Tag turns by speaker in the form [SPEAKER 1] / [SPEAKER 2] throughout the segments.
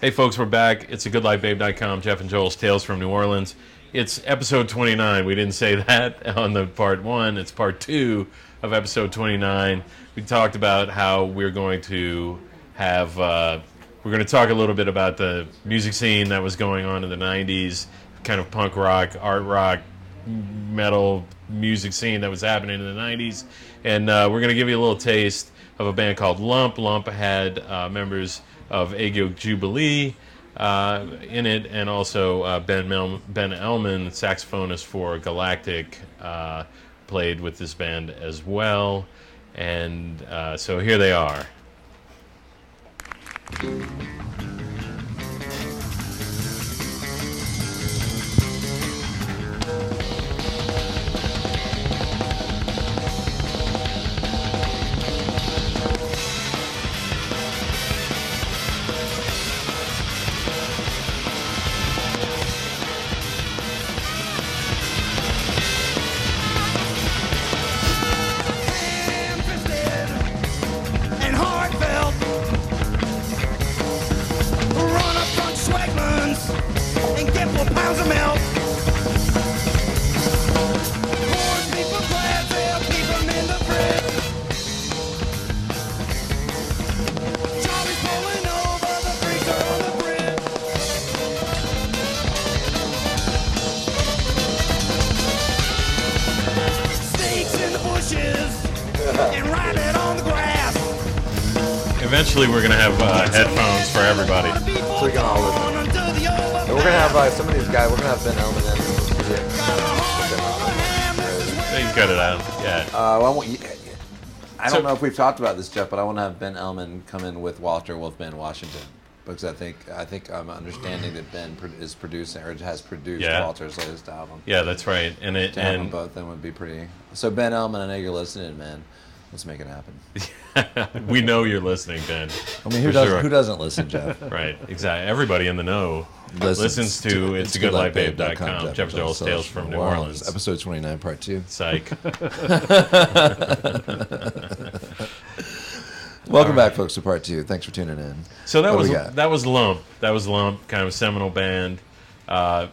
[SPEAKER 1] Hey, folks, we're back. It's a goodlifebabe.com. Jeff and Joel's Tales from New Orleans. It's episode 29. We didn't say that on the part one. It's part two of episode 29. We talked about how we're going to have, uh, we're going to talk a little bit about the music scene that was going on in the 90s, kind of punk rock, art rock, metal music scene that was happening in the 90s. And uh, we're going to give you a little taste of a band called Lump. Lump had uh, members of Agio Jubilee uh, in it, and also uh, Ben, Mel- ben Elman, saxophonist for Galactic, uh, played with this band as well. And uh, so here they are.
[SPEAKER 2] ham-fisted and heartfelt. Run up on Schwegmans and get four pounds of milk. Poor people glad they'll keep 'em in the fridge. Charlie's pulling over the freezer on the bridge. Snakes in the bushes and riding on the grass.
[SPEAKER 1] Eventually, we're going to have uh, headphones for everybody.
[SPEAKER 2] So
[SPEAKER 3] we can all listen. And we're gonna have uh, some of these guys. We're gonna have Ben Elman in the studio.
[SPEAKER 1] They cut it out. Yeah.
[SPEAKER 3] Uh, well, I, want you, I
[SPEAKER 1] So-
[SPEAKER 3] don't know if we've talked about this, Jeff, but I want to have Ben Elman come in with Walter Wolfman Washington because I think I think I'm understanding that Ben pro- is producing or has produced
[SPEAKER 1] Yeah.
[SPEAKER 3] Walter's latest album.
[SPEAKER 1] Yeah, that's right. And it,
[SPEAKER 3] To have them
[SPEAKER 1] and
[SPEAKER 3] both then would be pretty. So Ben Elman, I know you're listening, man. Let's make it happen.
[SPEAKER 1] we know you're listening, Ben.
[SPEAKER 3] I mean, who
[SPEAKER 1] For
[SPEAKER 3] does
[SPEAKER 1] sure.
[SPEAKER 3] who doesn't listen, Jeff?
[SPEAKER 1] Right, exactly. Everybody in the know listens, to, it's, it's goodlifebabe.com. Jeff Joel's Tales from New Orleans.
[SPEAKER 3] episode 29, part two.
[SPEAKER 1] Psych.
[SPEAKER 3] Welcome back, folks, to part two. Thanks for tuning in.
[SPEAKER 1] So that
[SPEAKER 3] What
[SPEAKER 1] was
[SPEAKER 3] do we got?
[SPEAKER 1] that was Lump. That was Lump, kind of seminal band uh,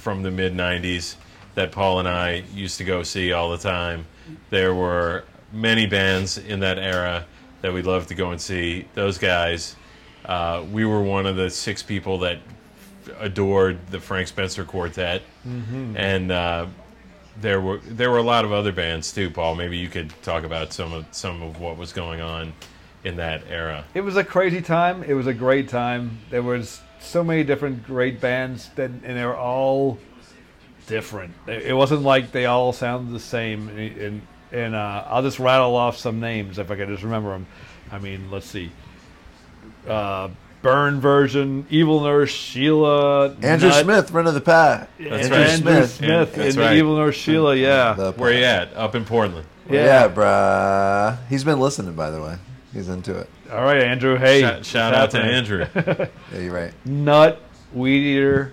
[SPEAKER 1] from the mid '90s that Paul and I used to go see all the time. There were many bands in that era that we loved to go and see. Those guys, uh, we were one of the six people that adored the Frank Spencer Quartet,
[SPEAKER 3] Mm-hmm.
[SPEAKER 1] and uh, there were there were a lot of other bands too. Paul, maybe you could talk about some of some of what was going on in that era.
[SPEAKER 4] It was a crazy time. It was a great time. There was so many different great bands that, and they were all different. It it wasn't like they all sounded the same. And and, and, uh, I'll just rattle off some names if I can just remember them. I mean, let's see. Uh, Burn version, Evil Nurse, Sheila,
[SPEAKER 3] Andrew
[SPEAKER 4] Nut-
[SPEAKER 3] Smith, friend of the pack.
[SPEAKER 1] That's
[SPEAKER 4] Andrew
[SPEAKER 1] right.
[SPEAKER 4] Smith,
[SPEAKER 3] Smith.
[SPEAKER 1] And-
[SPEAKER 4] and,
[SPEAKER 1] that's
[SPEAKER 4] the
[SPEAKER 1] right.
[SPEAKER 4] Evil Nurse, Sheila. Yeah,
[SPEAKER 3] The-
[SPEAKER 1] Where you at? Up in Portland.
[SPEAKER 3] yeah.
[SPEAKER 4] yeah.
[SPEAKER 3] bruh. He's been listening, by the way. He's into it.
[SPEAKER 4] All right, Andrew. Hey,
[SPEAKER 1] shout shout
[SPEAKER 4] what's
[SPEAKER 1] out to
[SPEAKER 4] happening?
[SPEAKER 1] Andrew.
[SPEAKER 3] Yeah, you're right.
[SPEAKER 4] Nut, Weed Eater.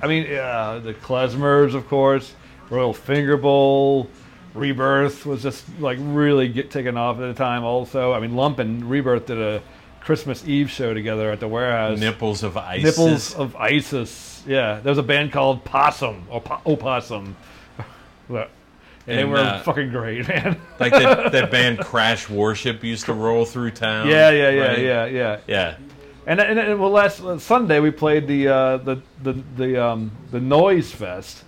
[SPEAKER 4] I mean, uh, the Klezmers, of course, Royal Finger Bowl, Rebirth was just like really get taken off at the time. Also, I mean, Lump and Rebirth did a Christmas Eve show together at the warehouse.
[SPEAKER 1] Nipples of Isis.
[SPEAKER 4] Nipples of ISIS. Yeah, there was a band called Possum or po- Opossum. and, they
[SPEAKER 1] And,
[SPEAKER 4] were
[SPEAKER 1] uh,
[SPEAKER 4] fucking great, man.
[SPEAKER 1] like that, that band Crash Worship used to roll through town.
[SPEAKER 4] yeah, yeah, yeah,
[SPEAKER 1] um, right?
[SPEAKER 4] yeah, yeah.
[SPEAKER 1] Yeah.
[SPEAKER 4] And, and, and well, last uh, Sunday we played the uh, the the the, um, the Noise Fest,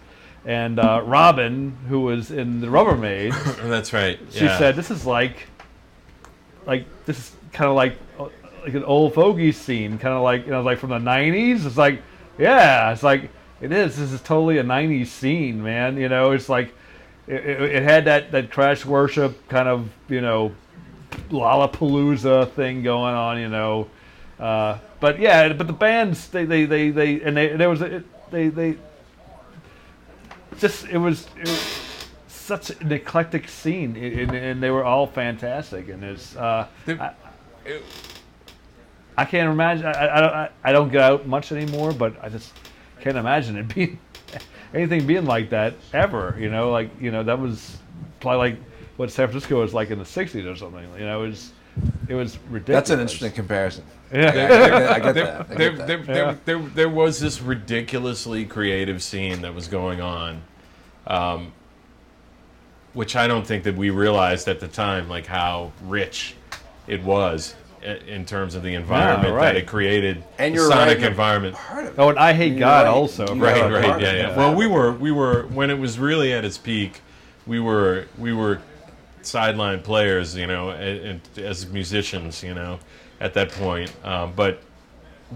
[SPEAKER 4] and uh, Robin, who was in the Rubbermaid,
[SPEAKER 1] Oh, That's right.
[SPEAKER 4] she
[SPEAKER 1] yeah.
[SPEAKER 4] said, "This is like, like this is kind of like uh, like an old fogey scene, kind of like you know, like from the '90s." It's like, yeah, it's like it is. This is totally a '90s scene, man. You know, it's like it, it, it had that that crash worship kind of you know Lollapalooza thing going on, you know. Uh, but yeah, but the bands they they they, they and they there was a, it, they they just it was, it was such an eclectic scene, i- and, and they were all fantastic. And it's uh,
[SPEAKER 1] There-
[SPEAKER 4] I,
[SPEAKER 1] it-
[SPEAKER 4] I can't imagine. I, I- I, don't- I, I don't get out much anymore, but I just can't imagine it being anything being like that ever. You know, like you know that was probably like what San Francisco was like in the '60s or something. You know, it's It was ridiculous.
[SPEAKER 3] That's an interesting comparison.
[SPEAKER 4] Yeah.
[SPEAKER 3] I get that. I
[SPEAKER 1] there,
[SPEAKER 3] get that.
[SPEAKER 1] there, there, there, there was this ridiculously creative scene that was going on, um, which I don't think that we realized at the time, like how rich it was i- in terms of the environment
[SPEAKER 4] right.
[SPEAKER 1] that it created,
[SPEAKER 3] And
[SPEAKER 1] the
[SPEAKER 3] you're
[SPEAKER 1] sonic
[SPEAKER 3] right, you're
[SPEAKER 1] environment.
[SPEAKER 3] Part of it.
[SPEAKER 4] Oh, and I hate God
[SPEAKER 3] Right.
[SPEAKER 4] also.
[SPEAKER 3] Right,
[SPEAKER 1] Right,
[SPEAKER 3] Yeah,
[SPEAKER 1] right,
[SPEAKER 3] part
[SPEAKER 1] yeah,
[SPEAKER 3] of
[SPEAKER 1] yeah.
[SPEAKER 3] that.
[SPEAKER 1] Well, we were, we were when it was really at its peak, we were, we were sideline players, you know, and, and as musicians, you know, at that point. Um, but,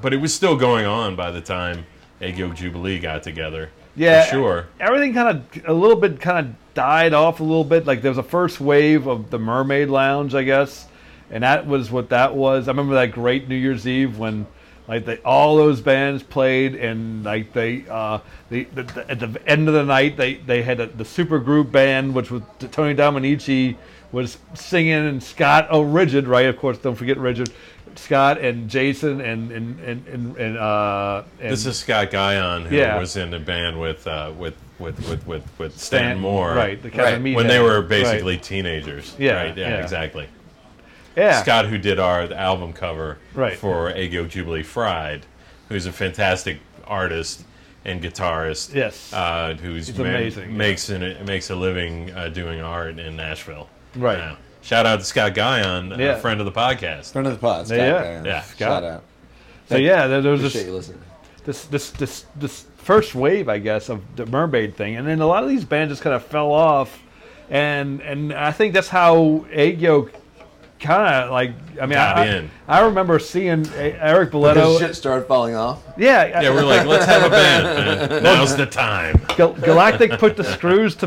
[SPEAKER 1] but it was still going on by the time Agio Jubilee got together.
[SPEAKER 4] Yeah,
[SPEAKER 1] for sure.
[SPEAKER 4] Everything kind of a little bit kind of died off a little bit. Like there was a first wave of the Mermaid Lounge, I guess, and that was what that was. I remember that great New Year's Eve when like they, all those bands played, and like they uh, the, the, the at the end of the night they they had a, the super group band, which was Tony Dominici was singing and Scott oh Rigid right of course don't forget Rigid. Scott and Jason and and and and, and uh and
[SPEAKER 1] This is Scott Guyon, who
[SPEAKER 4] Yeah.
[SPEAKER 1] was in a band with, uh, with, with, with, with, with Stan,
[SPEAKER 4] Stan-
[SPEAKER 1] Moore,
[SPEAKER 4] right the
[SPEAKER 3] Right,
[SPEAKER 4] Kevin Meathead.
[SPEAKER 1] When they were
[SPEAKER 4] Right.
[SPEAKER 1] basically teenagers,
[SPEAKER 4] Yeah,
[SPEAKER 1] right? Yeah,
[SPEAKER 4] yeah.
[SPEAKER 1] exactly.
[SPEAKER 4] Yeah.
[SPEAKER 1] Scott, who did our album cover
[SPEAKER 4] Right.
[SPEAKER 1] for Agio Jubilee Fried, who's a fantastic artist and guitarist.
[SPEAKER 4] Yes.
[SPEAKER 1] uh, who's ma-
[SPEAKER 4] amazing, yeah.
[SPEAKER 1] Makes an, makes a living uh, doing art in Nashville.
[SPEAKER 4] Right.
[SPEAKER 1] now. shout out to Scott Guyon,
[SPEAKER 4] Yeah.
[SPEAKER 1] a friend of the podcast.
[SPEAKER 3] Friend of the pod. Scott,
[SPEAKER 4] Yeah.
[SPEAKER 3] Barron.
[SPEAKER 1] Yeah.
[SPEAKER 3] Shout out.
[SPEAKER 4] So yeah, there, there was
[SPEAKER 3] Appreciate you
[SPEAKER 4] this,
[SPEAKER 3] listening.
[SPEAKER 4] this this this this first wave, I guess, of the mermaid thing, and then a lot of these bands just kind of fell off, and and I think that's how Agio kind of like I mean
[SPEAKER 1] Got
[SPEAKER 4] I,
[SPEAKER 1] in.
[SPEAKER 4] I I remember seeing A- Eric Boleto.
[SPEAKER 3] Because shit started falling off.
[SPEAKER 4] yeah, uh,
[SPEAKER 1] Yeah, we're like, let's have a band. man. Now's the time.
[SPEAKER 4] Gal- Galactic put the screws to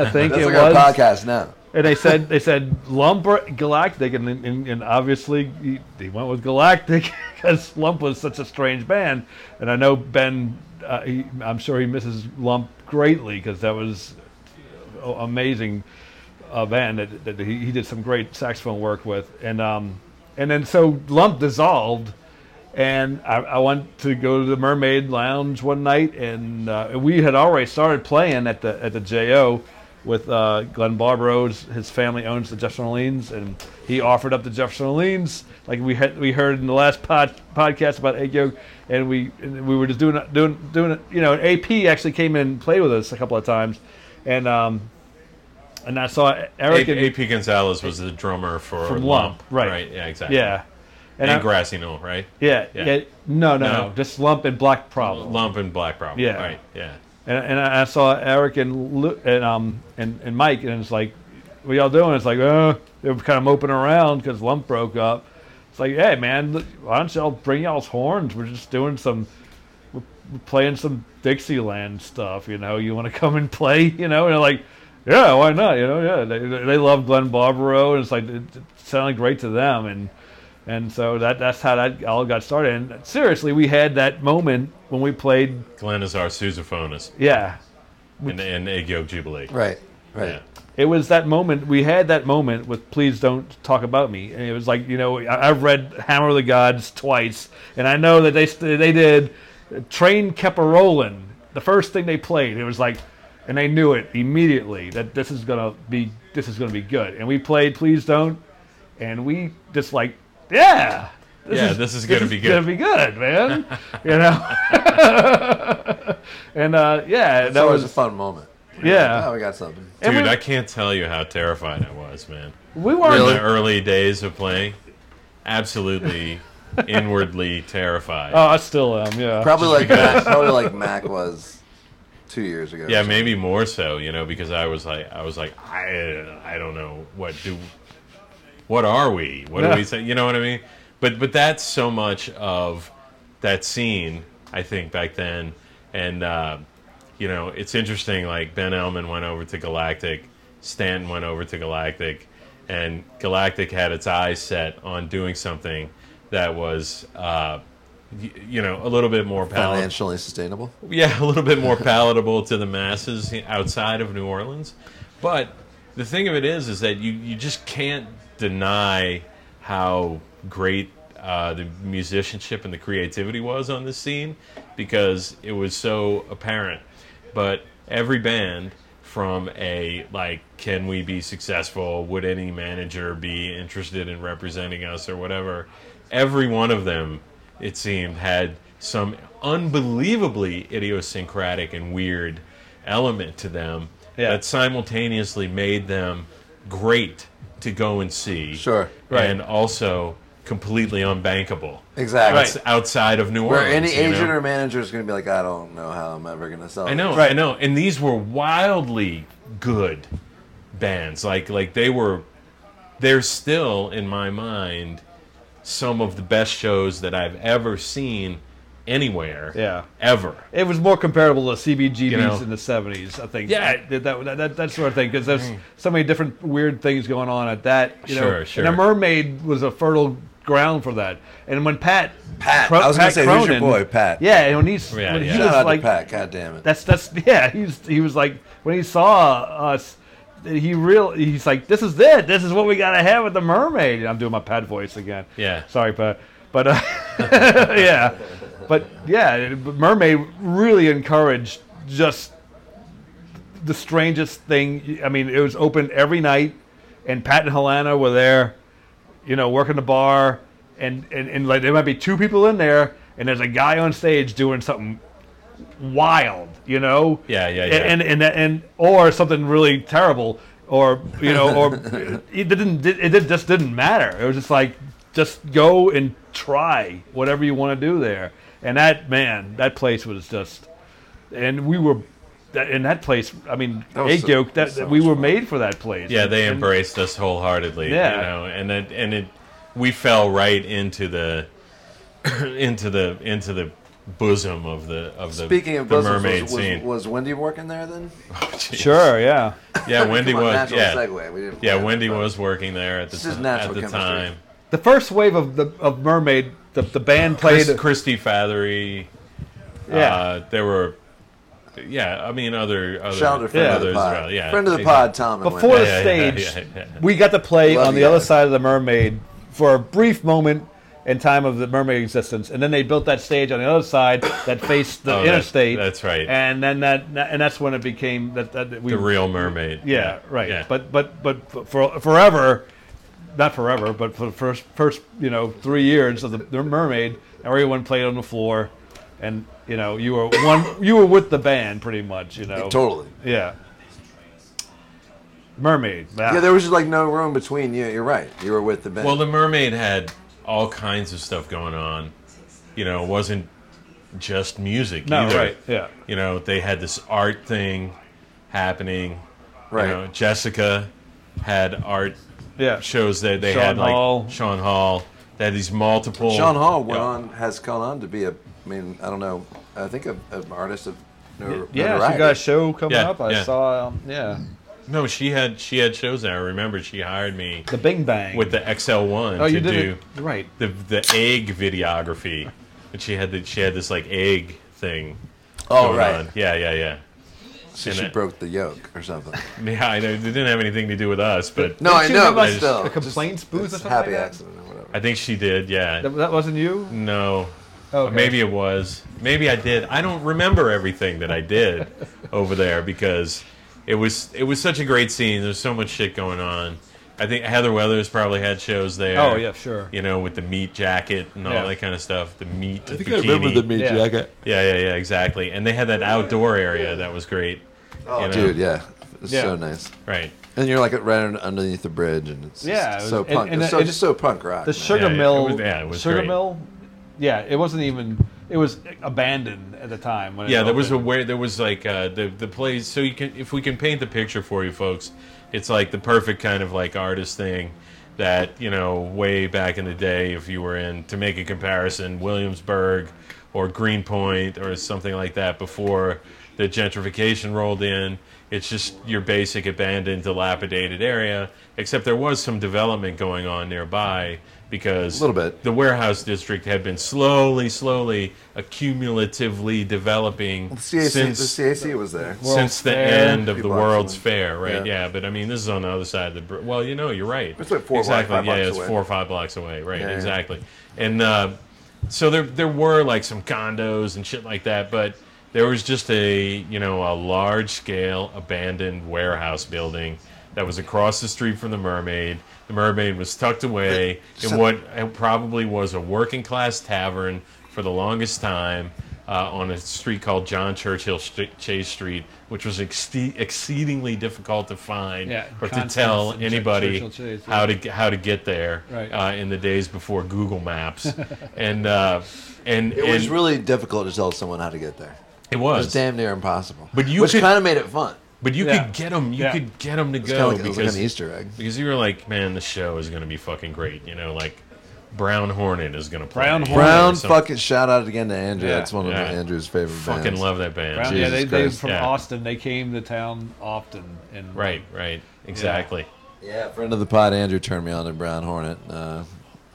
[SPEAKER 4] I think
[SPEAKER 3] That's
[SPEAKER 4] it
[SPEAKER 3] like
[SPEAKER 4] was.
[SPEAKER 3] our podcast now.
[SPEAKER 4] and they said they said Lump or Galactic, and and, and obviously he- they went with Galactic because Lump was such a strange band, and I know Ben, uh, he, I'm sure he misses Lump greatly because that was a- amazing uh, band that, that he, he did some great saxophone work with, and um and then so Lump dissolved. And I, I went to go to the Mermaid Lounge one night, and uh, we had already started playing at the at the Jo with uh, Glenn Barbaros. His family owns the Jefferson Orleans, and he offered up the Jefferson Orleans, like we had we heard in the last pod, podcast about Egg Yolk, and we and we were just doing doing doing you know AP actually came in and played with us a couple of times, and um, and I saw Eric and,
[SPEAKER 1] A- AP Gonzalez was the drummer for
[SPEAKER 4] From
[SPEAKER 1] Lump,
[SPEAKER 4] Lump, right.
[SPEAKER 1] Yeah, exactly.
[SPEAKER 4] yeah,
[SPEAKER 1] and,
[SPEAKER 4] I-
[SPEAKER 1] Grassino, right?
[SPEAKER 4] yeah, yeah
[SPEAKER 1] Yeah.
[SPEAKER 4] no no
[SPEAKER 1] No.
[SPEAKER 4] no just lump and block problem.
[SPEAKER 1] Lump and Black Problem.
[SPEAKER 4] Yeah.
[SPEAKER 1] right. Yeah.
[SPEAKER 4] and, and I saw Eric and Lu- and um and, and Mike, and it's like, what y'all doing? It's like, uh, they were kind of moping around because Lump broke up. It's like, hey man, look, why don't y'all bring y'all's horns? We're just doing some, we're we're playing some Dixieland stuff. You know, you want to come and play? You know, and they're like, yeah, why not? You know, yeah, they, they they love Glenn Barbaro, and it's like it, it sounded great to them, and. And so that, that's how that all got started. And seriously, we had that moment when we played,
[SPEAKER 1] Glenn is our sousaphonist
[SPEAKER 4] yeah,
[SPEAKER 1] in, in Egg Yolk Jubilee.
[SPEAKER 3] Right. Right.
[SPEAKER 1] Yeah.
[SPEAKER 4] it was that moment we had that moment with please don't talk about me and it was like you know I, i've read hammer of the gods twice and i know that they st- they did train kept a rolling the first thing they played it was like and they knew it immediately that this is gonna be this is gonna be good and we played please don't and we just like yeah
[SPEAKER 1] Yeah, this is gonna be good.
[SPEAKER 4] gonna be good man you know and uh yeah
[SPEAKER 3] That
[SPEAKER 4] that
[SPEAKER 3] was a
[SPEAKER 4] was
[SPEAKER 3] fun moment.
[SPEAKER 4] yeah
[SPEAKER 3] Oh, we got something.
[SPEAKER 4] And
[SPEAKER 1] Dude,
[SPEAKER 4] we-
[SPEAKER 1] I can't tell you how terrified I was, man.
[SPEAKER 4] we weren't
[SPEAKER 1] In the early days of playing, absolutely inwardly terrified.
[SPEAKER 4] Oh, I still am. Yeah.
[SPEAKER 3] Probably like Mac, probably like Mac was two years ago.
[SPEAKER 1] yeah, maybe more so, you know, because I was like, I was like, I, I don't know what do, what are we? What
[SPEAKER 4] Yeah.
[SPEAKER 1] do we say? You know what I mean? But but that's so much of that scene, I think, back then, and uh, you know, it's interesting. Like Ben Elman went over to Galactic, Stanton went over to Galactic, and Galactic had its eyes set on doing something that was. Uh, y- you know, a little bit more palatable
[SPEAKER 3] Financially sustainable.
[SPEAKER 1] yeah, a little bit more palatable to the masses outside of New Orleans. But the thing of it is, is that you, you just can't deny how great uh, the musicianship and the creativity was on this scene because it was so apparent. But every band from a like can we be successful would any manager be interested in representing us or whatever every one of them it seemed had some unbelievably idiosyncratic and weird element to them
[SPEAKER 4] Yeah.
[SPEAKER 1] that simultaneously made them great to go and see
[SPEAKER 3] Sure.
[SPEAKER 4] Right.
[SPEAKER 1] and also completely unbankable
[SPEAKER 3] Exactly.
[SPEAKER 1] Outs- outside of new
[SPEAKER 3] Where
[SPEAKER 1] orleans
[SPEAKER 3] any
[SPEAKER 1] you know?
[SPEAKER 3] agent or manager is going to be like, I don't know how I'm ever going to sell.
[SPEAKER 1] I know,
[SPEAKER 3] this."
[SPEAKER 1] I know. And these were wildly good bands. Like like they were they're still in my mind some of the best shows that I've ever seen anywhere.
[SPEAKER 4] Yeah.
[SPEAKER 1] Ever.
[SPEAKER 4] It was more comparable to CBGBs
[SPEAKER 1] You know?
[SPEAKER 4] in the '70s, I think.
[SPEAKER 1] Yeah.
[SPEAKER 4] that that, that, that, that sort of thing, because there's so many different weird things going on at that. You know,
[SPEAKER 1] Sure, sure.
[SPEAKER 4] And a mermaid was a fertile ground for that. And when Pat,
[SPEAKER 3] Pat, I was gonna say, who's your boy, Pat?
[SPEAKER 4] Yeah, and when he's
[SPEAKER 1] Yeah,
[SPEAKER 4] when
[SPEAKER 1] yeah. Shout
[SPEAKER 4] he was
[SPEAKER 3] Shout out
[SPEAKER 4] like,
[SPEAKER 3] to Pat. God damn it.
[SPEAKER 4] that's that's yeah. He's he was like when he saw us, he real he's like, this is it. This is what we gotta have with the mermaid. And I'm doing my Pat voice again.
[SPEAKER 1] Yeah.
[SPEAKER 4] sorry, Pat. But uh, yeah, but yeah, mermaid really encouraged just the strangest thing. I mean, it was open every night, and Pat and Helena were there, you know, working the bar, and and, and like there might be two people in there, and there's a guy on stage doing something wild, you know.
[SPEAKER 1] Yeah, yeah,
[SPEAKER 4] And
[SPEAKER 1] yeah.
[SPEAKER 4] and and, and or something really terrible, or you know, or it didn't. It, did- just didn't matter. It was just like just go and try whatever you want to do there. And that man, that place was just, and we were. that- In that place, I mean,
[SPEAKER 3] That was
[SPEAKER 4] egg
[SPEAKER 3] so-
[SPEAKER 4] yolk. That,
[SPEAKER 3] so
[SPEAKER 4] we
[SPEAKER 3] much
[SPEAKER 4] were
[SPEAKER 3] fun.
[SPEAKER 4] made for that place.
[SPEAKER 1] Yeah, they
[SPEAKER 4] And-
[SPEAKER 1] embraced us wholeheartedly.
[SPEAKER 4] Yeah.
[SPEAKER 1] You know, and it and it we fell right into the into the into the bosom of the of the,
[SPEAKER 3] Speaking of
[SPEAKER 1] the
[SPEAKER 3] bosoms,
[SPEAKER 1] mermaid
[SPEAKER 3] was, was,
[SPEAKER 1] scene.
[SPEAKER 3] was Wendy working there then?
[SPEAKER 4] Sure. Yeah.
[SPEAKER 1] yeah, Wendy
[SPEAKER 3] Come on,
[SPEAKER 1] was
[SPEAKER 3] natural
[SPEAKER 1] yeah.
[SPEAKER 3] segue. We didn't
[SPEAKER 1] Yeah,
[SPEAKER 3] plan
[SPEAKER 1] Wendy
[SPEAKER 3] that.
[SPEAKER 1] was working there at the,
[SPEAKER 3] This is
[SPEAKER 1] ti- at
[SPEAKER 3] natural
[SPEAKER 1] the
[SPEAKER 3] chemistry.
[SPEAKER 1] time.
[SPEAKER 4] The first wave of the of Mermaid, the, the band played.
[SPEAKER 1] Chris, Christy Fathery.
[SPEAKER 4] yeah.
[SPEAKER 1] Uh, there were, yeah, I mean, other. other
[SPEAKER 3] Shout out to friend
[SPEAKER 4] Yeah.
[SPEAKER 3] of the
[SPEAKER 1] others
[SPEAKER 3] pod.
[SPEAKER 1] around, Yeah,
[SPEAKER 3] Friend of the
[SPEAKER 1] exactly.
[SPEAKER 3] pod, Tom. And
[SPEAKER 4] Before
[SPEAKER 3] Wendy.
[SPEAKER 4] the
[SPEAKER 1] yeah,
[SPEAKER 4] stage,
[SPEAKER 1] yeah, yeah, yeah.
[SPEAKER 4] we got to play
[SPEAKER 3] Love
[SPEAKER 4] on the
[SPEAKER 3] you
[SPEAKER 4] other
[SPEAKER 3] guys.
[SPEAKER 4] side of the Mermaid for a brief moment in time of the Mermaid existence, and then they built that stage on the other side that faced the
[SPEAKER 1] Oh, that-
[SPEAKER 4] interstate.
[SPEAKER 1] that's right.
[SPEAKER 4] And then that, and that's when it became that, that we
[SPEAKER 1] The Real Mermaid.
[SPEAKER 4] yeah, right.
[SPEAKER 1] Yeah.
[SPEAKER 4] But but but for forever, not forever, but for the first first you know three years of the, the Mermaid, everyone played on the floor, and you know you were one you were with the band pretty much. You know,
[SPEAKER 3] Totally.
[SPEAKER 4] yeah. Mermaid.
[SPEAKER 3] Yeah, there was just like no room between you. You're right. You were with the band.
[SPEAKER 1] Well, the Mermaid had all kinds of stuff going on. You know, it wasn't just music
[SPEAKER 4] no
[SPEAKER 1] either.
[SPEAKER 4] right. Yeah,
[SPEAKER 1] You know, they had this art thing happening.
[SPEAKER 3] right.
[SPEAKER 1] You know, Jessica had art
[SPEAKER 4] yeah.
[SPEAKER 1] shows that they
[SPEAKER 4] Sean
[SPEAKER 1] had like
[SPEAKER 4] Hall.
[SPEAKER 1] Sean Hall. They had these multiple.
[SPEAKER 3] Sean Hall went
[SPEAKER 1] Yeah.
[SPEAKER 3] on, has gone on to be a, I mean, I don't know, I think a, an artist of no,
[SPEAKER 4] Yeah,
[SPEAKER 3] notoriety.
[SPEAKER 4] she got a show coming
[SPEAKER 1] Yeah,
[SPEAKER 4] up. I
[SPEAKER 1] yeah.
[SPEAKER 4] saw. Um, yeah,
[SPEAKER 1] No, she had she had shows there. I remember she hired me
[SPEAKER 4] the Bing Bang.
[SPEAKER 1] with the XL1
[SPEAKER 4] oh,
[SPEAKER 1] to
[SPEAKER 4] you did
[SPEAKER 1] do
[SPEAKER 4] it right.
[SPEAKER 1] the the egg videography. And she had the, she had this like egg thing.
[SPEAKER 3] Oh,
[SPEAKER 1] going
[SPEAKER 3] right.
[SPEAKER 1] on. Yeah, yeah, yeah.
[SPEAKER 3] So
[SPEAKER 1] in
[SPEAKER 3] she
[SPEAKER 1] it.
[SPEAKER 3] broke the yoke or something.
[SPEAKER 1] Yeah, I know it didn't have anything to do with us, but
[SPEAKER 3] No, I
[SPEAKER 4] she
[SPEAKER 3] know,
[SPEAKER 4] have,
[SPEAKER 3] but
[SPEAKER 1] like,
[SPEAKER 3] still.
[SPEAKER 4] a complaints
[SPEAKER 3] just-
[SPEAKER 4] booth or
[SPEAKER 3] it's
[SPEAKER 4] something
[SPEAKER 3] Happy
[SPEAKER 4] like that?
[SPEAKER 3] accident or whatever.
[SPEAKER 1] I think she did. Yeah.
[SPEAKER 4] That, that wasn't you.
[SPEAKER 1] No.
[SPEAKER 4] Okay.
[SPEAKER 1] Mm. Maybe it was. Maybe I did. I don't remember everything that I did over there because it was it was such a great scene. There's so much shit going on. I think Heather Weathers probably had shows there.
[SPEAKER 4] Oh, yeah, sure.
[SPEAKER 1] You know, with the meat jacket and all
[SPEAKER 4] Yeah.
[SPEAKER 1] that kind of stuff. The meat. I
[SPEAKER 3] meat
[SPEAKER 4] Yeah. jacket.
[SPEAKER 1] Yeah, yeah, yeah, exactly. And they had that outdoor area that was great.
[SPEAKER 3] Oh,
[SPEAKER 1] you know?
[SPEAKER 3] dude, yeah. It's
[SPEAKER 4] Yeah.
[SPEAKER 3] so nice.
[SPEAKER 1] Right.
[SPEAKER 3] And you're like right un- underneath the bridge, and it's just
[SPEAKER 4] Yeah, it was-
[SPEAKER 3] so
[SPEAKER 4] and-
[SPEAKER 3] punk.
[SPEAKER 4] and
[SPEAKER 3] it's so,
[SPEAKER 4] it-
[SPEAKER 3] just so punk rock.
[SPEAKER 4] The
[SPEAKER 3] man.
[SPEAKER 4] sugar
[SPEAKER 1] Yeah, it
[SPEAKER 4] mill.
[SPEAKER 1] was- yeah, it was
[SPEAKER 4] sugar
[SPEAKER 1] great.
[SPEAKER 4] mill. Yeah, it wasn't even. It was abandoned at the time. When it
[SPEAKER 1] Yeah, there was a
[SPEAKER 4] opened.
[SPEAKER 1] where there was like uh, the the place. So you can if we can paint the picture for you folks, it's like the perfect kind of like artist thing that you know way back in the day if you were in to make a comparison Williamsburg or Greenpoint or something like that before the gentrification rolled in. It's just your basic abandoned, dilapidated area, except there was some development going on nearby because
[SPEAKER 3] Little bit.
[SPEAKER 1] the warehouse district had been slowly, slowly, accumulatively developing
[SPEAKER 3] The CAC, the
[SPEAKER 1] since
[SPEAKER 3] CAC was there.
[SPEAKER 1] since the
[SPEAKER 4] Fair.
[SPEAKER 1] end of the
[SPEAKER 3] People
[SPEAKER 1] World's
[SPEAKER 3] actually-
[SPEAKER 1] Fair, right?
[SPEAKER 3] yeah.
[SPEAKER 1] Yeah. but I mean, this is on the other side of the. br- Well, you know, you're right.
[SPEAKER 3] It's like four or
[SPEAKER 1] exactly.
[SPEAKER 3] five
[SPEAKER 1] yeah,
[SPEAKER 3] blocks
[SPEAKER 1] it's
[SPEAKER 3] away.
[SPEAKER 1] four or five blocks away, right?
[SPEAKER 3] Yeah, yeah.
[SPEAKER 1] exactly. And uh, so there, there were like some condos and shit like that, but There was just a you know a large scale abandoned warehouse building that was across the street from the Mermaid. The Mermaid was tucked away in what uh, probably was a working class tavern for the longest time uh, on a street called John Churchill St- Chase Street, which was exte- exceedingly difficult to find
[SPEAKER 4] Yeah,
[SPEAKER 1] or to
[SPEAKER 4] Constance
[SPEAKER 1] tell
[SPEAKER 4] and Chur-
[SPEAKER 1] anybody
[SPEAKER 4] Churchill Chase,
[SPEAKER 1] how how to get- how to get there
[SPEAKER 4] Right.
[SPEAKER 1] uh, in the days before Google Maps, and uh, and
[SPEAKER 3] It was
[SPEAKER 1] and-
[SPEAKER 3] really difficult to tell someone how to get there.
[SPEAKER 1] it
[SPEAKER 3] It
[SPEAKER 1] was,
[SPEAKER 3] was damn near impossible.
[SPEAKER 1] But you
[SPEAKER 3] which
[SPEAKER 1] could-
[SPEAKER 3] kind of made it fun.
[SPEAKER 1] but you
[SPEAKER 4] Yeah.
[SPEAKER 1] could get them you
[SPEAKER 4] Yeah.
[SPEAKER 1] could get 'em to
[SPEAKER 3] It's kind
[SPEAKER 1] go
[SPEAKER 3] of like, it was like
[SPEAKER 1] because
[SPEAKER 3] an Easter egg.
[SPEAKER 1] because you were like man the show is gonna be fucking great you know like Brown Hornet is gonna play
[SPEAKER 4] Brown
[SPEAKER 1] or
[SPEAKER 4] Hornet.
[SPEAKER 3] Brown
[SPEAKER 1] something.
[SPEAKER 3] fucking shout out again to Andrew.
[SPEAKER 4] Yeah.
[SPEAKER 3] That's one of
[SPEAKER 1] Yeah.
[SPEAKER 3] Andrew's favorite
[SPEAKER 1] fucking
[SPEAKER 3] bands.
[SPEAKER 1] love that band
[SPEAKER 4] Around-
[SPEAKER 3] Jesus
[SPEAKER 4] yeah, they, they
[SPEAKER 3] Christ.
[SPEAKER 4] from
[SPEAKER 1] Yeah.
[SPEAKER 4] Austin. They came to town often, and
[SPEAKER 1] right right exactly
[SPEAKER 3] Yeah, friend of the pod, Andrew turned me on to Brown Hornet. Uh,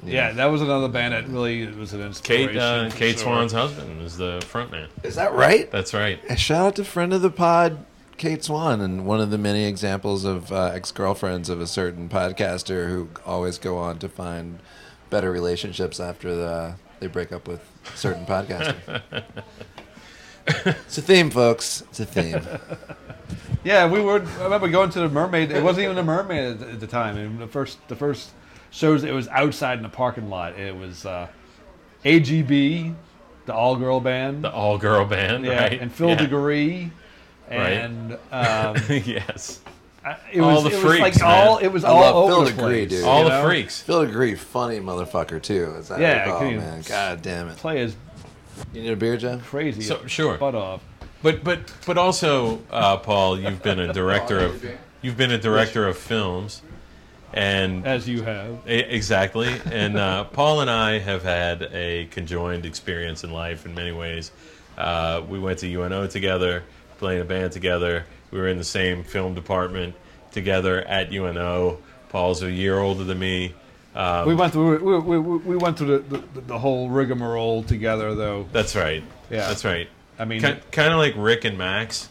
[SPEAKER 4] yeah, that was another band that really was an inspiration.
[SPEAKER 1] Kate uh,
[SPEAKER 4] for
[SPEAKER 1] Kate
[SPEAKER 4] sure.
[SPEAKER 1] Swan's husband is the frontman
[SPEAKER 3] is that right?
[SPEAKER 1] that's right
[SPEAKER 3] And shout out to friend of the pod, Kate Swan, and one of the many examples of uh, ex girlfriends of a certain podcaster who always go on to find better relationships after the, they break up with certain podcaster. it's a theme, folks. It's a theme.
[SPEAKER 4] Yeah, we were. I remember going to the Mermaid. It wasn't even a Mermaid at, at the time. And the first, the first shows, it was outside in the parking lot. It was uh, AGB, the all-girl band,
[SPEAKER 1] the all girl band
[SPEAKER 4] yeah,
[SPEAKER 1] right
[SPEAKER 4] and Phil
[SPEAKER 1] yeah.
[SPEAKER 4] DeGree, and um,
[SPEAKER 1] yes
[SPEAKER 4] I- it
[SPEAKER 1] All
[SPEAKER 4] was,
[SPEAKER 1] the
[SPEAKER 4] it was
[SPEAKER 1] freaks,
[SPEAKER 4] like
[SPEAKER 1] man.
[SPEAKER 4] all it was
[SPEAKER 3] I
[SPEAKER 4] all
[SPEAKER 3] love
[SPEAKER 4] over
[SPEAKER 3] Phil
[SPEAKER 4] the
[SPEAKER 3] DeGree,
[SPEAKER 4] place,
[SPEAKER 3] dude.
[SPEAKER 4] you
[SPEAKER 1] all the
[SPEAKER 4] know?
[SPEAKER 1] freaks
[SPEAKER 3] Phil DeGree, funny motherfucker, too. As I
[SPEAKER 4] Yeah,
[SPEAKER 3] recall,
[SPEAKER 4] can you-
[SPEAKER 3] man. God damn it.
[SPEAKER 4] Play is
[SPEAKER 3] You need a beer, Jeff?
[SPEAKER 4] crazy.
[SPEAKER 1] So- sure.
[SPEAKER 4] butt off.
[SPEAKER 1] But but but also, uh, Paul, you've been a director of you've been a director of films, and e-
[SPEAKER 4] As you have.
[SPEAKER 1] exactly. And uh, Paul and I have had a conjoined experience in life in many ways. Uh, we went to UNO together, playing a band together. We were in the same film department together at UNO. Paul's a year older than me. Um,
[SPEAKER 4] we went through we, we, we we went through the, the, the whole rigmarole together though.
[SPEAKER 1] That's right.
[SPEAKER 4] Yeah.
[SPEAKER 1] that's right.
[SPEAKER 4] I mean,
[SPEAKER 1] kind of like Rick and Max,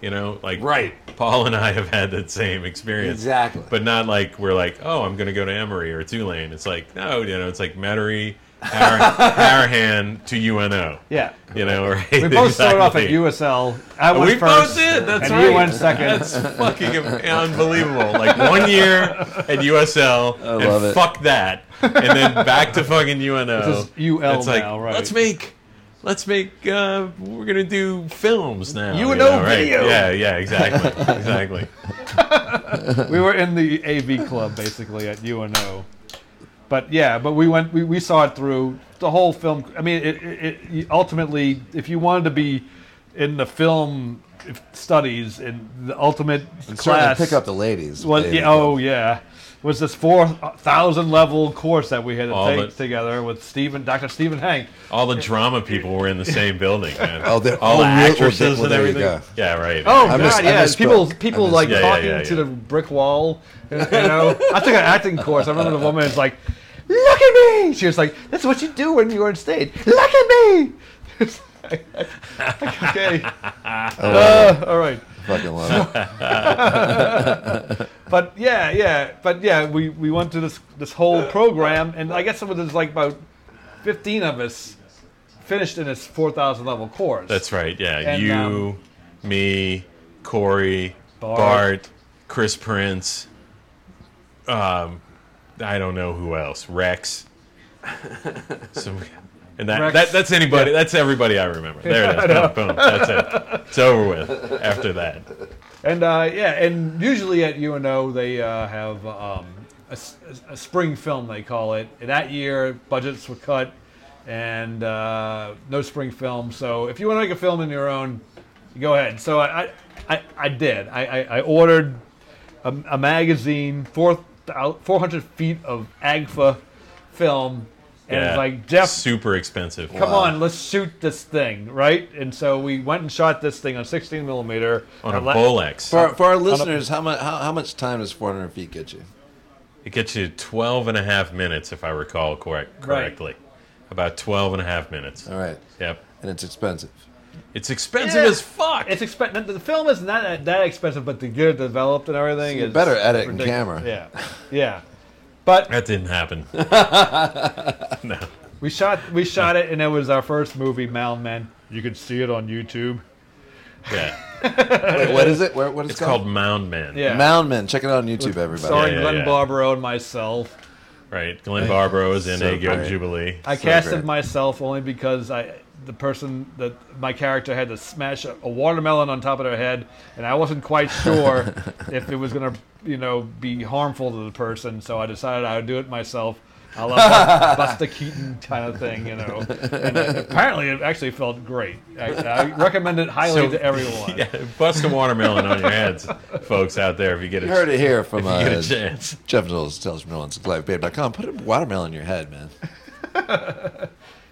[SPEAKER 1] you know, like
[SPEAKER 3] Right.
[SPEAKER 1] Paul and I have had that same experience,
[SPEAKER 3] Exactly.
[SPEAKER 1] But not like we're like, oh, I'm going to go to Emory or Tulane. It's like no, you know, it's like Metairie, Har- Harahan to UNO.
[SPEAKER 4] yeah.
[SPEAKER 1] You know, right?
[SPEAKER 4] We both started off at USL. I went
[SPEAKER 1] We both
[SPEAKER 4] first,
[SPEAKER 1] did. That's
[SPEAKER 4] and
[SPEAKER 1] right.
[SPEAKER 4] you went second.
[SPEAKER 1] That's fucking unbelievable. Like one year at USL and
[SPEAKER 3] love it.
[SPEAKER 1] fuck that, and then back to fucking UNO.
[SPEAKER 4] This is UL
[SPEAKER 1] it's like,
[SPEAKER 4] now, right.
[SPEAKER 1] Let's make, let's make. Uh, we're gonna do films now.
[SPEAKER 4] UNO
[SPEAKER 1] right?
[SPEAKER 4] video.
[SPEAKER 1] Yeah, yeah, exactly, exactly.
[SPEAKER 4] we were in the AV club basically at UNO. But yeah, but we went we, we saw it through the whole film. I mean, it, it, it ultimately, if you wanted to be in the film studies in the ultimate
[SPEAKER 3] Certainly
[SPEAKER 4] class,
[SPEAKER 3] pick up the ladies.
[SPEAKER 4] was
[SPEAKER 3] baby.
[SPEAKER 4] yeah, oh yeah was this four uh, thousand level course that we had to
[SPEAKER 3] Oh,
[SPEAKER 1] All
[SPEAKER 4] take
[SPEAKER 1] the-
[SPEAKER 4] together with Stephen, Dr. Stephen Hank.
[SPEAKER 1] All the drama people were in the same building. Man.
[SPEAKER 3] Oh, they're-
[SPEAKER 1] all
[SPEAKER 3] oh,
[SPEAKER 1] the
[SPEAKER 3] well, well,
[SPEAKER 1] actresses
[SPEAKER 3] well,
[SPEAKER 1] and
[SPEAKER 3] there you
[SPEAKER 1] everything.
[SPEAKER 3] go.
[SPEAKER 1] Yeah, right.
[SPEAKER 4] Oh
[SPEAKER 3] I
[SPEAKER 4] god,
[SPEAKER 3] miss- I
[SPEAKER 4] yeah,
[SPEAKER 3] miss
[SPEAKER 4] people
[SPEAKER 3] book. I
[SPEAKER 4] people
[SPEAKER 3] miss
[SPEAKER 4] like
[SPEAKER 1] book. Yeah, yeah,
[SPEAKER 4] talking
[SPEAKER 1] yeah,
[SPEAKER 4] to
[SPEAKER 1] yeah.
[SPEAKER 4] the brick wall. You know, I took an acting course. I remember the woman was like, "Look at me." She was like, "That's what you do when you're on stage. Look at me." It's like- like,
[SPEAKER 3] Oh,
[SPEAKER 4] okay, uh, all right.
[SPEAKER 3] Fucking love it.
[SPEAKER 4] but yeah, yeah, but yeah, we, we went through this this whole program, and I guess it was like about fifteen of us finished in this four thousand level course.
[SPEAKER 1] That's right. Yeah,
[SPEAKER 4] And,
[SPEAKER 1] you,
[SPEAKER 4] um,
[SPEAKER 1] me, Corey, Bart,
[SPEAKER 4] Bart.
[SPEAKER 1] Chris Prince. Um, I don't know who else. Rex. Some, and that,
[SPEAKER 4] Rex.
[SPEAKER 1] that that's anybody. That's everybody I remember. There it is. Boom, boom. That's it. It's over with. After that,
[SPEAKER 4] and uh, yeah, and usually at UNO they uh, have um, a, s- a spring film they call it. And that year budgets were cut, and uh, no spring film. So if you want to make a film in your own, go ahead. So I I, I, I did. I, I, I ordered a, a magazine, four four hundred feet of AGFA film, and
[SPEAKER 1] yeah.
[SPEAKER 4] it's like Jeff
[SPEAKER 1] super expensive.
[SPEAKER 4] come
[SPEAKER 3] Wow.
[SPEAKER 4] on, let's shoot this thing, right? And so we went and shot this thing on 16 millimeter.
[SPEAKER 1] on a
[SPEAKER 4] Our la-
[SPEAKER 1] Bolex,
[SPEAKER 3] For, for our listeners, how much how, how much time does 400 feet get you?
[SPEAKER 1] it gets you 12 and a half minutes, if I recall correct, correctly. About 12 and a half minutes.
[SPEAKER 3] All right,
[SPEAKER 1] Yep.
[SPEAKER 3] and it's expensive.
[SPEAKER 1] It's expensive
[SPEAKER 4] Yeah.
[SPEAKER 1] as fuck.
[SPEAKER 4] It's expensive. The film is not that- that expensive, but to get it developed and everything
[SPEAKER 3] You're
[SPEAKER 4] is
[SPEAKER 3] better at it in
[SPEAKER 4] ridiculous.
[SPEAKER 3] camera.
[SPEAKER 4] Yeah, yeah. But
[SPEAKER 1] That didn't happen.
[SPEAKER 4] we shot we shot it, and it was our first movie, Mound Men. You can see it on YouTube.
[SPEAKER 1] Yeah.
[SPEAKER 3] Wait, what is it? Where, what is
[SPEAKER 1] It's
[SPEAKER 3] it
[SPEAKER 1] called Mound Man.
[SPEAKER 4] Yeah.
[SPEAKER 3] Mound Men. Check it out on YouTube, everybody.
[SPEAKER 4] Starring
[SPEAKER 1] Yeah, yeah,
[SPEAKER 4] Glenn
[SPEAKER 1] yeah.
[SPEAKER 4] Barbaro and myself.
[SPEAKER 1] Right. Glenn Barbro is in
[SPEAKER 3] So
[SPEAKER 1] A Young
[SPEAKER 3] great.
[SPEAKER 1] Jubilee.
[SPEAKER 4] I
[SPEAKER 3] So
[SPEAKER 4] casted
[SPEAKER 3] great.
[SPEAKER 4] myself only because I the person that my character had to smash a, a watermelon on top of their head, and I wasn't quite sure if it was gonna you know be harmful to the person, so I decided I would do it myself. I love Buster Keaton kind of thing, you know. And uh, apparently, it actually felt great. I, I recommend it highly
[SPEAKER 1] So-
[SPEAKER 4] to everyone.
[SPEAKER 1] Yeah, bust a watermelon on your heads, folks out there. If you get a,
[SPEAKER 3] You heard it here from
[SPEAKER 1] if you get
[SPEAKER 3] uh,
[SPEAKER 1] a chance,
[SPEAKER 3] Jeff Knowles tells Merlin's livebabe.com. Put a watermelon in your head, man.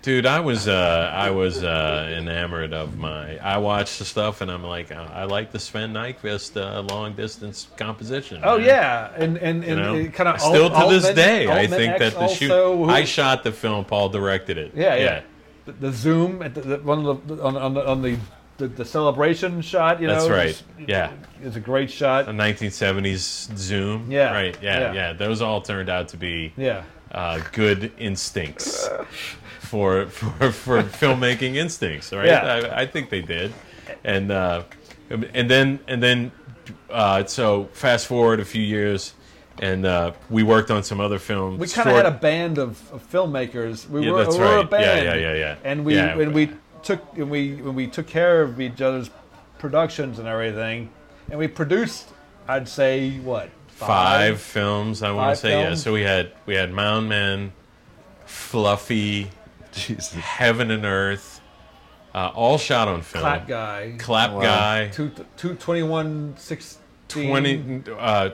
[SPEAKER 1] dude. I was uh, I was uh, enamored of my. I watched the stuff and I'm like, I, I like the Sven Nykvist uh, long distance composition.
[SPEAKER 4] Oh
[SPEAKER 1] man.
[SPEAKER 4] yeah, and and, and
[SPEAKER 1] You know?
[SPEAKER 4] it kind of
[SPEAKER 1] still to this day, I think that the shoot. I shot the film. Paul directed it.
[SPEAKER 4] Yeah, yeah. The, the zoom at the, the one of the on, on the on the, the, the celebration shot. You
[SPEAKER 1] That's
[SPEAKER 4] know,
[SPEAKER 1] right.
[SPEAKER 4] is-
[SPEAKER 1] Yeah.
[SPEAKER 4] is a great shot.
[SPEAKER 1] A 1970s Zoom.
[SPEAKER 4] Yeah,
[SPEAKER 1] Right. Yeah, yeah.
[SPEAKER 4] yeah.
[SPEAKER 1] Those all turned out to be
[SPEAKER 4] yeah,
[SPEAKER 1] uh, good instincts for for for filmmaking instincts. Right.
[SPEAKER 4] Yeah.
[SPEAKER 1] I, I think they did, and uh, and then and then uh, so fast forward a few years, and uh, we worked on some other films.
[SPEAKER 4] we kind of
[SPEAKER 1] short-
[SPEAKER 4] had a band of, of filmmakers. We
[SPEAKER 1] Yeah,
[SPEAKER 4] were,
[SPEAKER 1] that's
[SPEAKER 4] we were a
[SPEAKER 1] right. Yeah,
[SPEAKER 4] band.
[SPEAKER 1] yeah, yeah, yeah.
[SPEAKER 4] And we
[SPEAKER 1] Yeah,
[SPEAKER 4] and
[SPEAKER 1] we-
[SPEAKER 4] we took and we and we took care of each other's productions and everything, and we produced. I'd say what
[SPEAKER 1] five films. I want
[SPEAKER 4] Five
[SPEAKER 1] to say yeah.
[SPEAKER 4] films?
[SPEAKER 1] So we had we had Mound Man, Fluffy,
[SPEAKER 3] Jesus.
[SPEAKER 1] Heaven and Earth, uh, all shot on film.
[SPEAKER 4] Clap guy.
[SPEAKER 1] Clap
[SPEAKER 3] Wow.
[SPEAKER 1] guy.
[SPEAKER 4] Two, two, 21, 16.
[SPEAKER 1] 20, uh,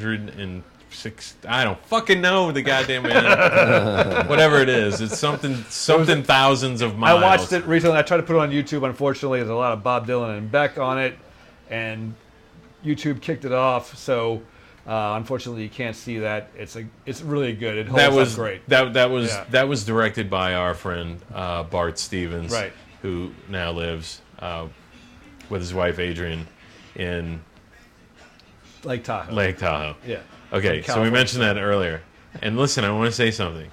[SPEAKER 1] 2106. I don't fucking know the goddamn man. Whatever it is, it's something something thousands of
[SPEAKER 4] I
[SPEAKER 1] miles.
[SPEAKER 4] watched it recently. I tried to put it on YouTube. Unfortunately, there's a lot of Bob Dylan and Beck on it, and YouTube kicked it off. So uh, unfortunately, you can't see that. It's a, it's really good. It holds
[SPEAKER 1] that was
[SPEAKER 4] up great.
[SPEAKER 1] That that was
[SPEAKER 4] Yeah.
[SPEAKER 1] that was directed by our friend uh, Bart Stevens,
[SPEAKER 4] Right.
[SPEAKER 1] who now lives uh, with his wife Adrian in
[SPEAKER 4] Lake Tahoe.
[SPEAKER 1] Lake Tahoe.
[SPEAKER 4] Yeah.
[SPEAKER 1] Okay,
[SPEAKER 4] In
[SPEAKER 1] so we
[SPEAKER 4] California.
[SPEAKER 1] mentioned that earlier. And listen, I want to say something.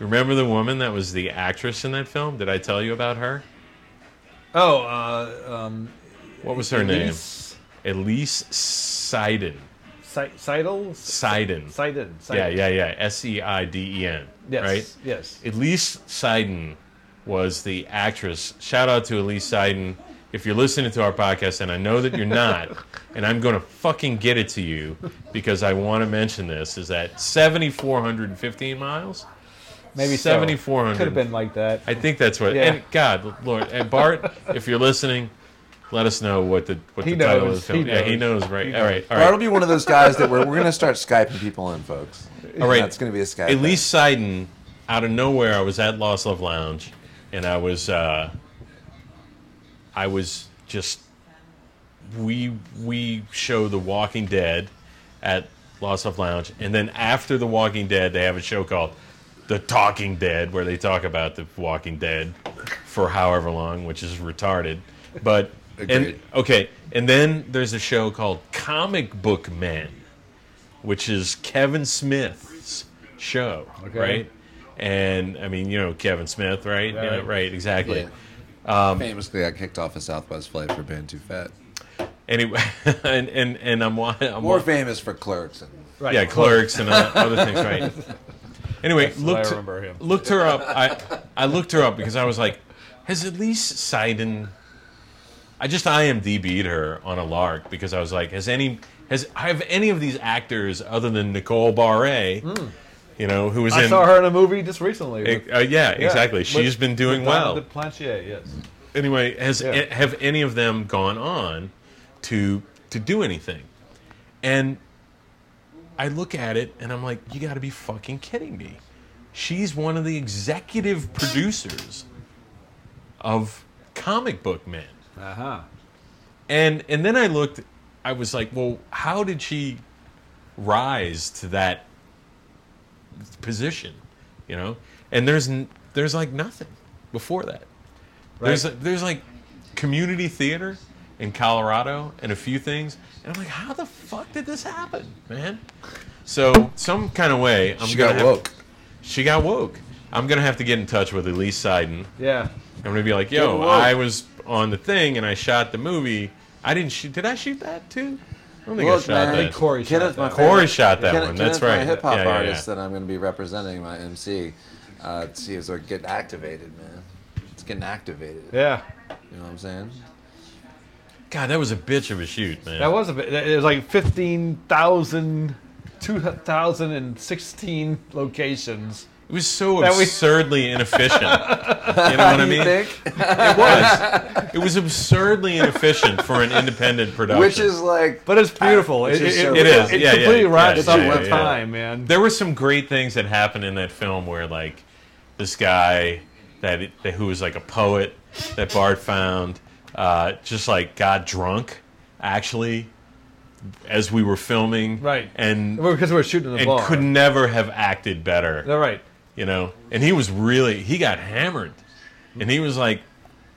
[SPEAKER 1] Remember the woman that was the actress in that film? Did I tell you about her?
[SPEAKER 4] Oh, uh, um,
[SPEAKER 1] What was her
[SPEAKER 4] Elise
[SPEAKER 1] name? Elise Seiden.
[SPEAKER 4] Si- Seidel.
[SPEAKER 1] Seiden.
[SPEAKER 4] Seiden. Seiden.
[SPEAKER 1] Yeah, yeah, yeah. S E I D E N.
[SPEAKER 4] Yes.
[SPEAKER 1] Right?
[SPEAKER 4] Yes.
[SPEAKER 1] Elise Seiden was the actress. Shout out to Elise Seiden. If you're listening to our podcast, and I know that you're not, and I'm going to fucking get it to you because I want to mention this, is that 7,415 miles?
[SPEAKER 4] Maybe so.
[SPEAKER 1] 7,400.
[SPEAKER 4] Could have been like that.
[SPEAKER 1] I think that's what.
[SPEAKER 4] Yeah.
[SPEAKER 1] And God, Lord, and Bart, if you're listening, let us know what the what
[SPEAKER 4] He
[SPEAKER 1] the title of
[SPEAKER 4] knows,
[SPEAKER 1] the film.
[SPEAKER 4] he
[SPEAKER 1] yeah, he
[SPEAKER 4] knows.
[SPEAKER 1] knows. Right. all right. All
[SPEAKER 3] Bart will
[SPEAKER 1] right.
[SPEAKER 3] be one of those guys that we're, we're going to start Skyping people in, folks.
[SPEAKER 1] All right.
[SPEAKER 3] That's going to be a Skype.
[SPEAKER 1] At least Seiden, out of nowhere, I was at Lost Love Lounge, and I was, uh, I was just, we we show The Walking Dead at Lost Love Lounge, and then after The Walking Dead, they have a show called The Talking Dead, where they talk about The Walking Dead for however long, which is retarded, but. And,
[SPEAKER 3] Agreed.
[SPEAKER 1] okay, and then there's a show called Comic Book Man, which is Kevin Smith's show,
[SPEAKER 4] Okay.
[SPEAKER 1] right? And I mean, you know Kevin Smith, right? You know,
[SPEAKER 4] Right.
[SPEAKER 1] right, exactly.
[SPEAKER 3] Yeah.
[SPEAKER 1] um,
[SPEAKER 3] Famously got kicked off a Southwest flight for being too fat.
[SPEAKER 1] Anyway, and and and I'm, wa- I'm
[SPEAKER 3] More
[SPEAKER 1] wa-
[SPEAKER 3] famous for clerks. And
[SPEAKER 4] Right.
[SPEAKER 1] yeah, clerks and uh, other things, right? Anyway,
[SPEAKER 4] what I
[SPEAKER 1] looked
[SPEAKER 4] remember him.
[SPEAKER 1] looked her up. I I looked her up because I was like, has at least Seiden. I just IMDb'd her on a lark because I was like, has any has have any of these actors other than Nicole Barre, you know, who was
[SPEAKER 4] Hmm. I
[SPEAKER 1] in
[SPEAKER 4] saw her in a movie just recently.
[SPEAKER 1] Uh,
[SPEAKER 4] with-
[SPEAKER 1] uh, yeah,
[SPEAKER 4] yeah,
[SPEAKER 1] exactly.
[SPEAKER 4] with-
[SPEAKER 1] She's been doing
[SPEAKER 4] with
[SPEAKER 1] well.
[SPEAKER 4] Donna Planchier, yes.
[SPEAKER 1] anyway, has
[SPEAKER 4] Yeah.
[SPEAKER 1] have any of them gone on to to do anything? And I look at it and I'm like, you got to be fucking kidding me. She's one of the executive producers of Comic Book Man.
[SPEAKER 4] Uh huh.
[SPEAKER 1] And and then I looked I was like, well, how did she rise to that position, you know? And there's n- there's like nothing before that. There's
[SPEAKER 4] Right.
[SPEAKER 1] there's like community theater in Colorado and a few things, and I'm like, how the fuck did this happen, man? So some kind of way, I'm
[SPEAKER 3] she
[SPEAKER 1] gonna
[SPEAKER 3] got
[SPEAKER 1] have-
[SPEAKER 3] woke.
[SPEAKER 1] she got woke. I'm gonna have to get in touch with Elise Seiden
[SPEAKER 4] Yeah.
[SPEAKER 1] I'm gonna be like, yo,
[SPEAKER 5] Good work.
[SPEAKER 1] I was on the thing and I shot the movie. I didn't shoot. Did I shoot that too? I don't think I
[SPEAKER 5] Look,
[SPEAKER 1] shot
[SPEAKER 5] man, I
[SPEAKER 1] that.
[SPEAKER 5] think
[SPEAKER 1] Corey,
[SPEAKER 5] Corey shot
[SPEAKER 3] Kenneth, my
[SPEAKER 5] that.
[SPEAKER 3] favorite-
[SPEAKER 1] shot that
[SPEAKER 3] Ken-
[SPEAKER 1] one.
[SPEAKER 3] Kenneth's
[SPEAKER 1] That's right.
[SPEAKER 3] my hip hop
[SPEAKER 1] Yeah, yeah, yeah.
[SPEAKER 3] artist that I'm going to be representing, my MC. Uh, it's, it's like getting activated, man. It's getting activated.
[SPEAKER 4] Yeah.
[SPEAKER 3] You know what I'm saying?
[SPEAKER 1] God, that was a bitch of a shoot, man.
[SPEAKER 4] That was a bit. It was like 15,000, 2016 locations.
[SPEAKER 1] It was so
[SPEAKER 4] That we-
[SPEAKER 1] absurdly inefficient. you know what I
[SPEAKER 3] You
[SPEAKER 1] mean?
[SPEAKER 3] think?
[SPEAKER 1] It was. it was absurdly inefficient for an independent production.
[SPEAKER 3] Which is like,
[SPEAKER 4] But it's beautiful.
[SPEAKER 3] It's
[SPEAKER 4] it,
[SPEAKER 3] just
[SPEAKER 4] it,
[SPEAKER 3] so
[SPEAKER 4] it,
[SPEAKER 1] It is.
[SPEAKER 4] it
[SPEAKER 1] yeah,
[SPEAKER 4] completely
[SPEAKER 1] yeah,
[SPEAKER 4] wraps
[SPEAKER 1] yeah,
[SPEAKER 4] up
[SPEAKER 1] yeah,
[SPEAKER 4] with
[SPEAKER 1] yeah.
[SPEAKER 4] time, man.
[SPEAKER 1] There were some great things that happened in that film where, like, this guy that who was like a poet that Bart found, uh, just like got drunk, actually, as we were filming,
[SPEAKER 4] Right.
[SPEAKER 1] And
[SPEAKER 4] Because we were shooting in the
[SPEAKER 1] and
[SPEAKER 4] bar.
[SPEAKER 1] could never have acted better,
[SPEAKER 4] All right.
[SPEAKER 1] you know. And he was really he got hammered, and he was like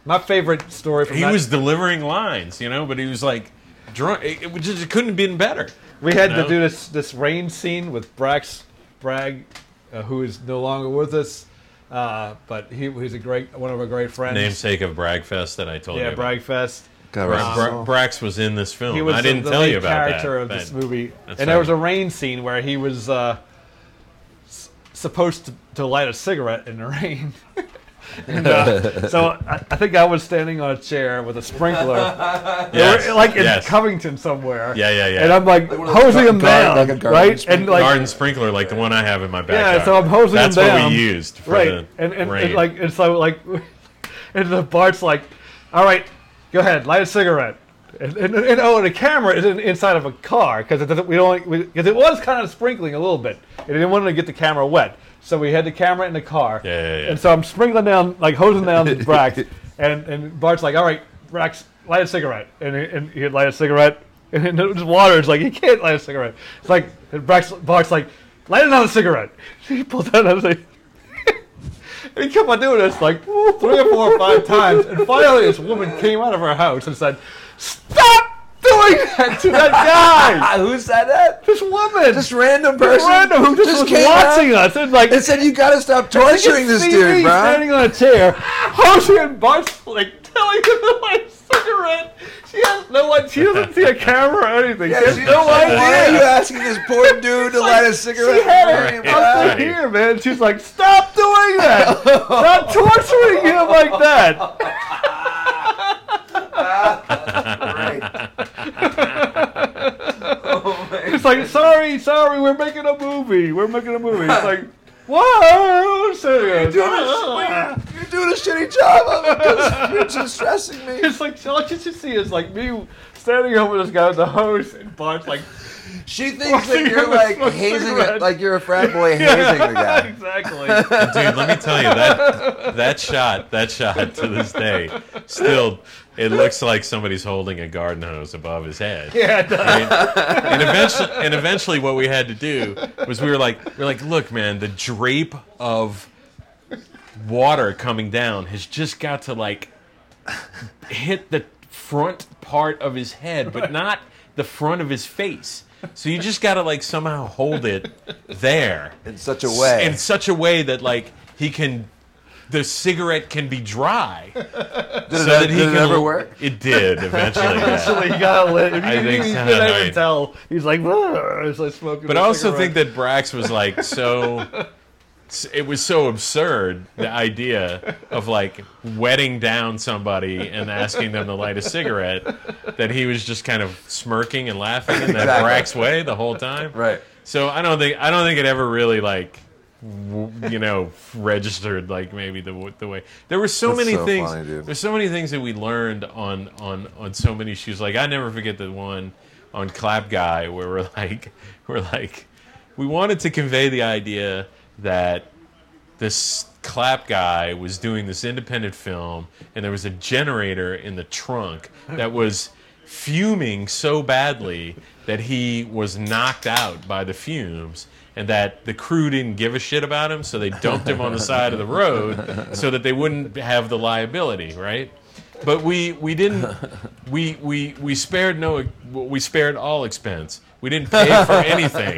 [SPEAKER 4] My favorite story from
[SPEAKER 1] he
[SPEAKER 4] that-
[SPEAKER 1] was delivering lines, you know, but he was like drunk. It, it just it couldn't have been better.
[SPEAKER 4] We had
[SPEAKER 1] No.
[SPEAKER 4] to do this this rain scene with Brax Bragg, uh, who is no longer with us, uh, but he he's a great one of our great friends.
[SPEAKER 1] Namesake of Bragfest that I told you.
[SPEAKER 4] yeah,
[SPEAKER 1] about.
[SPEAKER 4] Bragfest.
[SPEAKER 3] God
[SPEAKER 1] Bra-
[SPEAKER 3] rest his
[SPEAKER 1] Bra-
[SPEAKER 3] soul.
[SPEAKER 1] Brax was in this film.
[SPEAKER 4] He was
[SPEAKER 1] I
[SPEAKER 4] the-
[SPEAKER 1] didn't
[SPEAKER 4] the
[SPEAKER 1] tell
[SPEAKER 4] lead
[SPEAKER 1] you about
[SPEAKER 4] character
[SPEAKER 1] that.
[SPEAKER 4] of this
[SPEAKER 1] but-
[SPEAKER 4] movie, and
[SPEAKER 1] That's
[SPEAKER 4] there was a
[SPEAKER 1] right.
[SPEAKER 4] rain scene where he was uh, s- supposed to, to light a cigarette in the rain. and, uh, so I, I think I was standing on a chair with a sprinkler,
[SPEAKER 1] Yes,
[SPEAKER 4] like in
[SPEAKER 1] yes.
[SPEAKER 4] Covington somewhere.
[SPEAKER 1] Yeah, yeah, yeah.
[SPEAKER 4] And I'm like,
[SPEAKER 3] one of those
[SPEAKER 4] hosing him
[SPEAKER 3] gar-
[SPEAKER 4] down,
[SPEAKER 3] like a garden
[SPEAKER 4] right? And
[SPEAKER 3] sprinkler.
[SPEAKER 4] like
[SPEAKER 1] garden sprinkler like the one I have in my backyard.
[SPEAKER 4] Yeah, so I'm hosing
[SPEAKER 1] That's
[SPEAKER 4] them down.
[SPEAKER 1] what we used for
[SPEAKER 4] right.
[SPEAKER 1] the
[SPEAKER 4] and, and,
[SPEAKER 1] rain.
[SPEAKER 4] and like and so like and the Bart's like, all right, go ahead, light a cigarette. And, and, and oh, and the camera is in, inside of a car because it doesn't, we don't because it was kind of sprinkling a little bit, and they didn't want to get the camera wet, so we had the camera in the car.
[SPEAKER 1] Yeah, yeah, yeah.
[SPEAKER 4] And so I'm sprinkling down like hosing down Brax, and and Bart's like, all right, Brax, light a cigarette, and he- and he'd light a cigarette, and then it was water. It's like he can't light a cigarette. It's like and Brax, Bart's like, light another cigarette. He pulls out another. cigarette. And he kept on doing this like three or four or five times. And finally, this woman came out of her house and said, Stop doing that to that guy!
[SPEAKER 3] Ah, who said that?
[SPEAKER 4] This woman!
[SPEAKER 3] This random person.
[SPEAKER 4] random who just, was
[SPEAKER 3] came out
[SPEAKER 4] watching us and like
[SPEAKER 3] And said, you gotta stop torturing this
[SPEAKER 4] see
[SPEAKER 3] dude,
[SPEAKER 4] me
[SPEAKER 3] bro.
[SPEAKER 4] standing on a chair, Hoshi and Bart's like telling him to light a cigarette. She has no idea. She doesn't see a camera or anything. she has
[SPEAKER 3] She-
[SPEAKER 4] no
[SPEAKER 3] why
[SPEAKER 4] idea.
[SPEAKER 3] are you asking this poor dude to light a cigarette?
[SPEAKER 4] She had it
[SPEAKER 1] Right,
[SPEAKER 4] up
[SPEAKER 1] right.
[SPEAKER 4] to here, man. She's like, stop doing that. Stop torturing him like that.
[SPEAKER 3] Right.
[SPEAKER 4] It's like, sorry, sorry, we're making a movie. We're making a movie. It's like, uh, whoa, serious.
[SPEAKER 3] You're doing a
[SPEAKER 1] Oh.
[SPEAKER 3] sh- You're doing a shitty job of it. 'cause You're just stressing me.
[SPEAKER 4] It's like, all you should see is like me standing over this guy with the hose and Bart's like,
[SPEAKER 3] She thinks
[SPEAKER 4] Watching
[SPEAKER 3] that
[SPEAKER 4] him
[SPEAKER 3] you're like
[SPEAKER 4] smoke
[SPEAKER 3] hazing, it,
[SPEAKER 4] cigarettes.
[SPEAKER 3] like you're a frat boy hazing the guy.
[SPEAKER 4] exactly.
[SPEAKER 1] Dude, let me tell you that that shot, that shot to this day, still it looks like somebody's holding a garden hose above his head.
[SPEAKER 4] Yeah, it does.
[SPEAKER 1] Right? and eventually, and eventually, what we had to do was we were like, we we're like, look, man, the drape of water coming down has just got to like hit the front part of his head, but not the front of his face. So you just got to like somehow hold it there
[SPEAKER 3] In such a way.
[SPEAKER 1] in such a way that like he can the cigarette can be dry so
[SPEAKER 3] did
[SPEAKER 1] that
[SPEAKER 3] it,
[SPEAKER 1] he
[SPEAKER 3] did
[SPEAKER 1] can
[SPEAKER 3] it ever work?
[SPEAKER 1] it did eventually yeah.
[SPEAKER 4] Actually, you gotta live. If you
[SPEAKER 1] I
[SPEAKER 4] can
[SPEAKER 1] think
[SPEAKER 4] you
[SPEAKER 1] so,
[SPEAKER 4] can even
[SPEAKER 1] right.
[SPEAKER 4] tell, he's like, "Ugh," it's like smoking.
[SPEAKER 1] But
[SPEAKER 4] a
[SPEAKER 1] I also think
[SPEAKER 4] cigarette.
[SPEAKER 1] that Brax was like so. It was so absurd the idea of like wetting down somebody and asking them to light a cigarette that he was just kind of smirking and laughing in that
[SPEAKER 3] Exactly.
[SPEAKER 1] Brax way the whole time.
[SPEAKER 3] Right.
[SPEAKER 1] So I don't think I don't think it ever really like w- you know registered like maybe the w- the way there were so
[SPEAKER 3] That's
[SPEAKER 1] many
[SPEAKER 3] so
[SPEAKER 1] things
[SPEAKER 3] funny, dude.
[SPEAKER 1] there's so many things that we learned on on on so many shoes like I never forget the one on clap guy where we're like we're like we wanted to convey the idea that this clap guy was doing this independent film and there was a generator in the trunk that was fuming so badly that he was knocked out by the fumes and that the crew didn't give a shit about him so they dumped him on the side of the road so that they wouldn't have the liability right but we we didn't we we we spared no we spared all expense. We didn't pay for anything,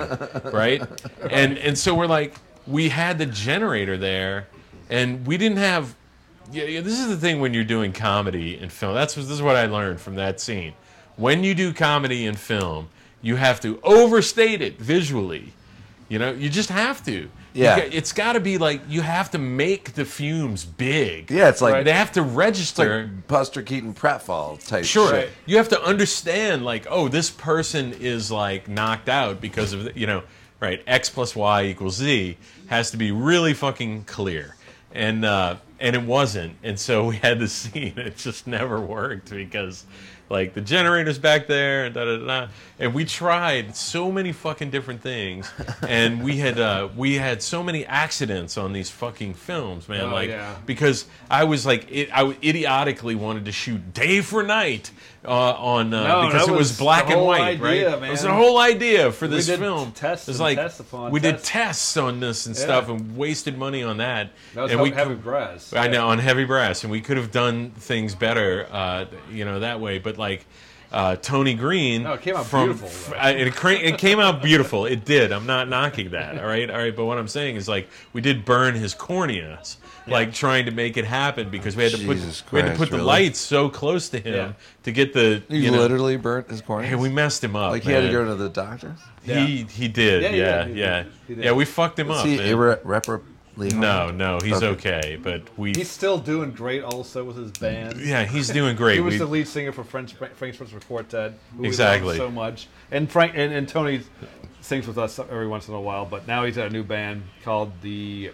[SPEAKER 1] right? And and so we're like we had the generator there, and we didn't have yeah, yeah, this is the thing when you're doing comedy in film. That's this is what I learned from that scene. When you do comedy in film, you have to overstate it visually. You know, you just have to. You
[SPEAKER 3] Yeah.
[SPEAKER 1] ca- it's got to be like you have to make the fumes big.
[SPEAKER 3] Yeah, it's like-
[SPEAKER 1] they have to register.
[SPEAKER 3] Like Buster Keaton pratfall type
[SPEAKER 1] Sure.
[SPEAKER 3] shit.
[SPEAKER 1] You have to understand, like, oh, this person is like knocked out because of the- you know, right? X plus Y equals Z has to be really fucking clear, and uh, and it wasn't, and so we had this scene. It just never worked because, like, the generators back there, and da da da, da. and we tried so many fucking different things, and we had uh, we had so many accidents on these fucking films, man.
[SPEAKER 4] Oh,
[SPEAKER 1] like,
[SPEAKER 4] yeah.
[SPEAKER 1] because I was like, it, I idiotically wanted to shoot day for night uh, on uh,
[SPEAKER 4] No,
[SPEAKER 1] because
[SPEAKER 4] that
[SPEAKER 1] it was,
[SPEAKER 4] was
[SPEAKER 1] black
[SPEAKER 4] the
[SPEAKER 1] and
[SPEAKER 4] whole
[SPEAKER 1] white,
[SPEAKER 4] idea,
[SPEAKER 1] right? It was
[SPEAKER 4] man.
[SPEAKER 1] the whole idea for this
[SPEAKER 4] did
[SPEAKER 1] film.
[SPEAKER 4] tests
[SPEAKER 1] it was
[SPEAKER 4] and
[SPEAKER 1] like
[SPEAKER 4] tests upon
[SPEAKER 1] we did
[SPEAKER 4] tests.
[SPEAKER 1] tests on this and
[SPEAKER 4] Yeah.
[SPEAKER 1] stuff, and wasted money on that.
[SPEAKER 4] That was
[SPEAKER 1] and we
[SPEAKER 4] heavy brass.
[SPEAKER 1] I know on heavy brass, and we could have done things better, uh, you know, that way. But like uh, Tony Green,
[SPEAKER 4] No, Oh, it came out beautiful,
[SPEAKER 1] f-
[SPEAKER 4] though.
[SPEAKER 1] I- it, cra- it came out beautiful. It did. I'm not knocking that. All right, all right. But what I'm saying is like we did burn his corneas, like trying to make it happen because we had to
[SPEAKER 3] Jesus
[SPEAKER 1] put we had to
[SPEAKER 3] Christ,
[SPEAKER 1] put the
[SPEAKER 3] really?
[SPEAKER 1] lights so close to him
[SPEAKER 4] Yeah.
[SPEAKER 1] to get the
[SPEAKER 3] He
[SPEAKER 1] you know,
[SPEAKER 3] literally burnt his cornea.
[SPEAKER 1] and we messed him up.
[SPEAKER 3] like he had to
[SPEAKER 1] man.
[SPEAKER 3] go to the doctor.
[SPEAKER 1] He he did.
[SPEAKER 4] Yeah,
[SPEAKER 1] Yeah, yeah,
[SPEAKER 4] he did, he
[SPEAKER 1] yeah.
[SPEAKER 4] did, he did.
[SPEAKER 1] we fucked him
[SPEAKER 3] Is
[SPEAKER 1] up.
[SPEAKER 3] he
[SPEAKER 1] man.
[SPEAKER 3] irreparably harmed?
[SPEAKER 1] no, no, he's
[SPEAKER 3] Okay.
[SPEAKER 1] okay. but we.
[SPEAKER 4] He's still doing great also with his band.
[SPEAKER 1] yeah, he's doing great.
[SPEAKER 4] He was
[SPEAKER 1] We-
[SPEAKER 4] the lead singer for French, Frank's Principal Quartet. Who we
[SPEAKER 1] Exactly.
[SPEAKER 4] love so much. And Frank and, and Tony sings with us every once in a while, but now he's at a new band called the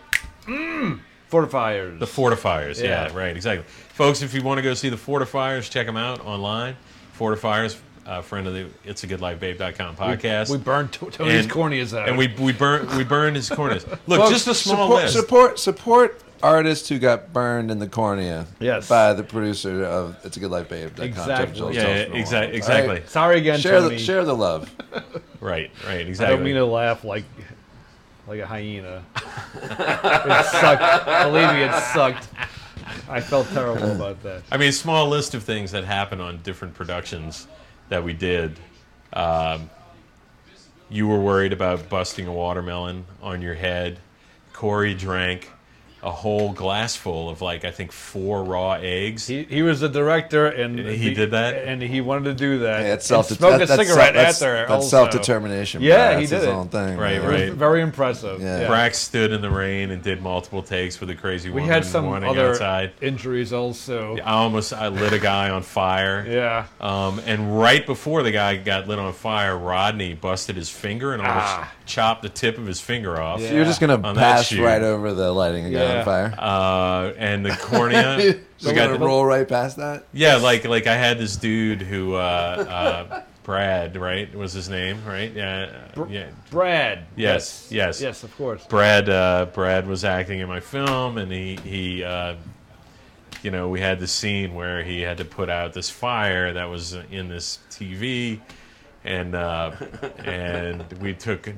[SPEAKER 4] Mm, Fortifiers.
[SPEAKER 1] The Fortifiers, yeah.
[SPEAKER 4] Yeah.
[SPEAKER 1] right, exactly. Folks, if you want to go see the Fortifiers, check them out online. Fortifiers, uh, friend of the It's a Good Life Babe.com podcast.
[SPEAKER 4] we oh, burned to- Tony's corneas out.
[SPEAKER 1] And we we burn we burn his corneas. Look,
[SPEAKER 3] Folks,
[SPEAKER 1] just a small
[SPEAKER 3] support,
[SPEAKER 1] list.
[SPEAKER 3] Support support artists who got burned in the cornea.
[SPEAKER 4] Yes.
[SPEAKER 3] By the producer of It's a Good Life Babe. dot com, Jeff
[SPEAKER 4] Exactly.
[SPEAKER 3] Joel
[SPEAKER 1] Yeah,
[SPEAKER 3] Tolson.
[SPEAKER 1] yeah, exa-
[SPEAKER 3] All right.
[SPEAKER 1] exactly.
[SPEAKER 4] Sorry again,
[SPEAKER 3] Share
[SPEAKER 4] Tony.
[SPEAKER 3] the share the love.
[SPEAKER 1] Right, right,
[SPEAKER 4] I
[SPEAKER 1] exactly.
[SPEAKER 4] don't mean to laugh like like a hyena. it sucked. Believe me, it sucked. I felt terrible about that.
[SPEAKER 1] I mean, a small list of things that happened on different productions that we did. Um, you were worried about busting a watermelon on your head. Corey drank a whole glass full of like I think four raw eggs.
[SPEAKER 4] He, he was the director, and
[SPEAKER 1] He
[SPEAKER 4] the-
[SPEAKER 1] det that?
[SPEAKER 4] and he wanted to do that.
[SPEAKER 3] Hey, that's
[SPEAKER 4] and
[SPEAKER 3] self
[SPEAKER 4] smoke a cigarette
[SPEAKER 3] that's,
[SPEAKER 4] after.
[SPEAKER 3] That's
[SPEAKER 4] also.
[SPEAKER 3] self determination.
[SPEAKER 4] Yeah,
[SPEAKER 3] that's
[SPEAKER 4] he did
[SPEAKER 3] his
[SPEAKER 4] it.
[SPEAKER 3] own thing.
[SPEAKER 1] Right,
[SPEAKER 3] man.
[SPEAKER 4] It was
[SPEAKER 1] right.
[SPEAKER 4] very impressive.
[SPEAKER 3] Yeah.
[SPEAKER 4] Yeah.
[SPEAKER 1] Brack stood in the rain and did multiple takes with a crazy
[SPEAKER 4] we
[SPEAKER 1] woman
[SPEAKER 4] had some
[SPEAKER 1] running
[SPEAKER 4] other
[SPEAKER 1] outside.
[SPEAKER 4] injuries also.
[SPEAKER 1] I almost I lit a guy on fire.
[SPEAKER 4] Yeah.
[SPEAKER 1] Um, and right before the guy got lit on fire, Rodney busted his finger and almost
[SPEAKER 4] Ah.
[SPEAKER 1] chopped the tip of his finger off.
[SPEAKER 4] Yeah.
[SPEAKER 3] You're just gonna
[SPEAKER 1] On that
[SPEAKER 3] pass
[SPEAKER 1] shoot.
[SPEAKER 3] right over the lighting and
[SPEAKER 4] Yeah.
[SPEAKER 3] on fire.
[SPEAKER 1] Uh, and the cornea.
[SPEAKER 3] Just
[SPEAKER 1] we
[SPEAKER 3] gonna
[SPEAKER 1] got
[SPEAKER 3] roll right past that.
[SPEAKER 1] yeah, like like I had this dude who uh, uh, Brad, right, was his name, right? Yeah, uh, yeah.
[SPEAKER 4] Brad.
[SPEAKER 1] Yes, yes.
[SPEAKER 4] Yes, of course.
[SPEAKER 1] Brad uh, Brad was acting in my film, and he he uh, you know we had the scene where he had to put out this fire that was in this TV, and uh, and we took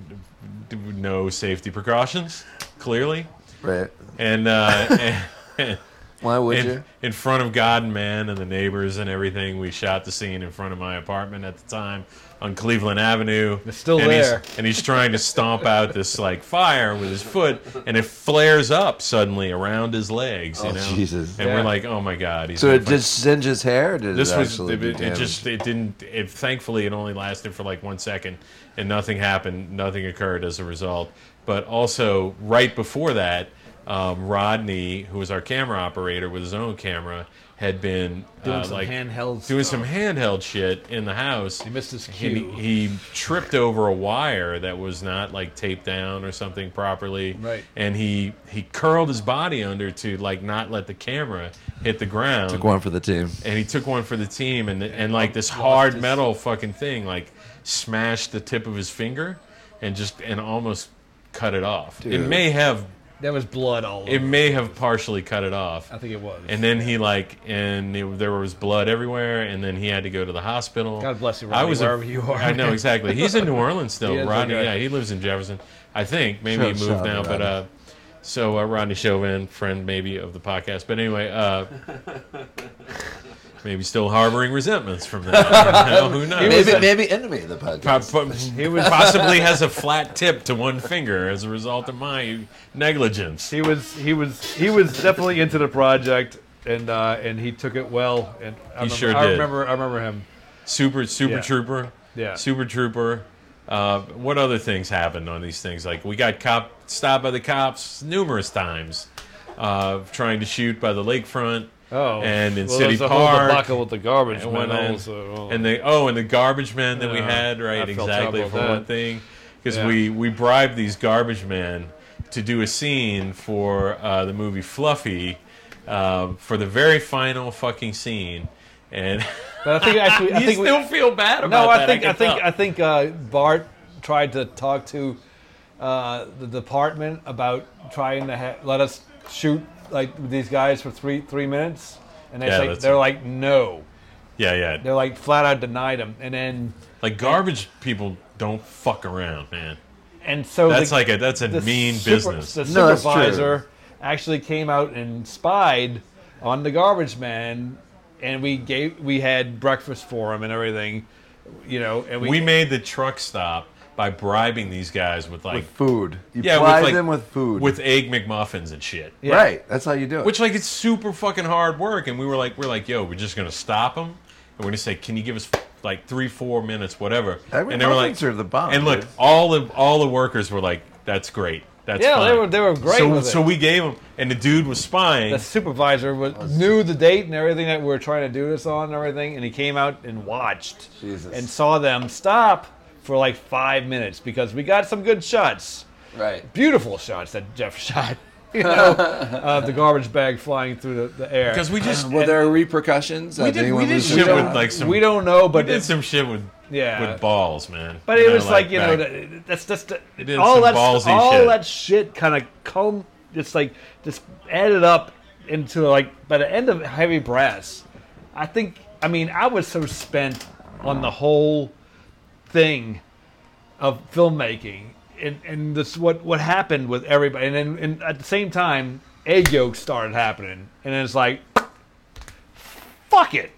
[SPEAKER 1] no safety precautions clearly,
[SPEAKER 3] Right.
[SPEAKER 1] and. Uh, and
[SPEAKER 3] Why would
[SPEAKER 1] in,
[SPEAKER 3] you?
[SPEAKER 1] in front of God and man and the neighbors and everything. We shot the scene in front of my apartment at the time on Cleveland Avenue.
[SPEAKER 4] It's still
[SPEAKER 1] and
[SPEAKER 4] there.
[SPEAKER 1] He's, and he's trying to stomp out this like fire with his foot, and it flares up suddenly around his legs. You
[SPEAKER 3] Oh,
[SPEAKER 1] know?
[SPEAKER 3] Jesus.
[SPEAKER 1] And
[SPEAKER 4] Yeah.
[SPEAKER 1] we're like, oh my God. He's
[SPEAKER 3] So
[SPEAKER 1] gonna
[SPEAKER 3] it
[SPEAKER 1] fucking-
[SPEAKER 3] just singed his hair. Or did
[SPEAKER 1] this
[SPEAKER 3] it
[SPEAKER 1] was
[SPEAKER 3] actually
[SPEAKER 1] it,
[SPEAKER 3] do
[SPEAKER 1] it
[SPEAKER 3] damage?
[SPEAKER 1] just it didn't it thankfully it only lasted for like one second and nothing happened nothing occurred as a result but also right before that um, rodney who was our camera operator with his own camera had been
[SPEAKER 4] Doing
[SPEAKER 1] uh,
[SPEAKER 4] some
[SPEAKER 1] like
[SPEAKER 4] handheld
[SPEAKER 1] doing
[SPEAKER 4] stuff.
[SPEAKER 1] some handheld shit in the house
[SPEAKER 4] He missed his
[SPEAKER 1] And
[SPEAKER 4] cue.
[SPEAKER 1] he, he tripped over a wire that was not like taped down or something properly
[SPEAKER 4] Right.
[SPEAKER 1] and he he curled his body under to like not let the camera hit the ground
[SPEAKER 3] Took one for the team.
[SPEAKER 1] and he took one for the team and and like this hard metal fucking thing like smashed the tip of his finger and just and almost cut it off. It
[SPEAKER 3] Dude.
[SPEAKER 1] may have
[SPEAKER 4] There was blood all over.
[SPEAKER 1] it may have partially cut it off.
[SPEAKER 4] I think it was.
[SPEAKER 1] And then he like and it, there was blood everywhere and then he had to go to the hospital.
[SPEAKER 4] God bless you, Rodney, wherever you are.
[SPEAKER 1] I know exactly. He's in New Orleans still.
[SPEAKER 4] He is,
[SPEAKER 1] Rodney,
[SPEAKER 4] okay.
[SPEAKER 1] yeah, he lives in Jefferson. I think maybe
[SPEAKER 3] Shout-
[SPEAKER 1] he moved
[SPEAKER 3] shout out
[SPEAKER 1] now,
[SPEAKER 3] to
[SPEAKER 1] but
[SPEAKER 3] Rodney.
[SPEAKER 1] uh so uh, Rodney Chauvin, friend maybe of the podcast, but anyway, uh, maybe still harboring resentments from that. You know, who knows?
[SPEAKER 3] Maybe maybe enemy of the podcast.
[SPEAKER 1] Po- po- he was possibly has a flat tip to one finger as a result of my negligence.
[SPEAKER 4] he was he was he was definitely into the project and uh, and he took it well. And I remember,
[SPEAKER 1] sure
[SPEAKER 4] I
[SPEAKER 1] did.
[SPEAKER 4] remember I remember him.
[SPEAKER 1] Super Super
[SPEAKER 4] Yeah.
[SPEAKER 1] Trooper.
[SPEAKER 4] Yeah.
[SPEAKER 1] Super Trooper. Uh, what other things happened on these things? Like we got cop stopped by the cops numerous times, uh, trying to shoot by the lakefront.
[SPEAKER 4] Oh,
[SPEAKER 1] and in
[SPEAKER 4] well,
[SPEAKER 1] City
[SPEAKER 4] there's a whole
[SPEAKER 1] Park.
[SPEAKER 4] debacle with the garbage
[SPEAKER 1] And
[SPEAKER 4] man
[SPEAKER 1] one end.
[SPEAKER 4] also. Oh.
[SPEAKER 1] and they oh, and the garbage man that we
[SPEAKER 4] Yeah,
[SPEAKER 1] had right
[SPEAKER 4] I felt
[SPEAKER 1] exactly
[SPEAKER 4] terrible
[SPEAKER 1] for
[SPEAKER 4] about
[SPEAKER 1] one
[SPEAKER 4] that.
[SPEAKER 1] thing, because
[SPEAKER 4] Yeah.
[SPEAKER 1] we we bribed these garbage men to do a scene for uh, the movie Fluffy, uh, for the very final fucking scene, and
[SPEAKER 4] But I think actually, I
[SPEAKER 1] you
[SPEAKER 4] think we-
[SPEAKER 1] still feel bad about
[SPEAKER 4] no, I
[SPEAKER 1] that,
[SPEAKER 4] think I,
[SPEAKER 1] can
[SPEAKER 4] think
[SPEAKER 1] tell.
[SPEAKER 4] I think uh, Bart tried to talk to uh, the department about trying to ha- let us shoot like with these guys for three three minutes, and they
[SPEAKER 1] Yeah,
[SPEAKER 4] say,
[SPEAKER 1] that's-
[SPEAKER 4] they're like no,
[SPEAKER 1] yeah, yeah.
[SPEAKER 4] they're like flat out denied them, and then
[SPEAKER 1] Like garbage people don't fuck around, man.
[SPEAKER 4] and so
[SPEAKER 1] That's
[SPEAKER 4] the-
[SPEAKER 1] like a that's a
[SPEAKER 4] the
[SPEAKER 1] mean
[SPEAKER 4] super-
[SPEAKER 1] business.
[SPEAKER 4] The
[SPEAKER 3] No, that's true.
[SPEAKER 4] supervisor actually came out and spied on the garbage man, and we gave we had breakfast for him and everything, you know, and we,
[SPEAKER 1] we made the truck stop by bribing these guys with like
[SPEAKER 3] With food. You
[SPEAKER 1] Yeah, with,
[SPEAKER 3] ply
[SPEAKER 1] like-
[SPEAKER 3] them with food.
[SPEAKER 1] with egg McMuffins and shit.
[SPEAKER 4] Yeah.
[SPEAKER 3] Right. That's how you do it.
[SPEAKER 1] Which like it's super fucking hard work, and we were like, we're like, yo, we're just gonna stop them, and we're gonna say, can you give us like three, four minutes, whatever?
[SPEAKER 3] Egg
[SPEAKER 1] and they were like,
[SPEAKER 3] McMuffins are the bomb,
[SPEAKER 1] And look,
[SPEAKER 3] dude.
[SPEAKER 1] all the all the workers were like, that's great, that's
[SPEAKER 4] Yeah,
[SPEAKER 1] fine.
[SPEAKER 4] they were- they were great
[SPEAKER 1] So
[SPEAKER 4] with it.
[SPEAKER 1] so we gave them, and the dude was spying.
[SPEAKER 4] the supervisor was, knew the date and everything that we were trying to do this on and everything, and he came out and watched
[SPEAKER 3] Jesus.
[SPEAKER 4] and saw them stop for like five minutes because we got some good shots,
[SPEAKER 3] right.
[SPEAKER 4] beautiful shots that Jeff shot. You know, uh, the garbage bag flying through the, the air.
[SPEAKER 1] because we just
[SPEAKER 3] Were there repercussions?
[SPEAKER 1] we
[SPEAKER 3] Did
[SPEAKER 1] did,
[SPEAKER 3] anyone
[SPEAKER 1] we did
[SPEAKER 3] lose
[SPEAKER 1] shit
[SPEAKER 3] their
[SPEAKER 1] with
[SPEAKER 3] job?
[SPEAKER 1] like some
[SPEAKER 4] we don't know, but
[SPEAKER 1] we did
[SPEAKER 4] it-
[SPEAKER 1] some shit with
[SPEAKER 4] Yeah.
[SPEAKER 1] with balls, man.
[SPEAKER 4] But
[SPEAKER 1] You
[SPEAKER 4] it
[SPEAKER 1] know,
[SPEAKER 4] was like, you know,
[SPEAKER 1] back-
[SPEAKER 4] that, that's just
[SPEAKER 1] did
[SPEAKER 4] all
[SPEAKER 1] some
[SPEAKER 4] that
[SPEAKER 1] ballsy
[SPEAKER 4] all
[SPEAKER 1] shit.
[SPEAKER 4] that shit kind of come just like just added up into like by the end of Heavy Brass. I think I mean I was so spent on the whole thing of filmmaking and and this what what happened with everybody and then and at the same time egg yolks started happening and it's like fuck it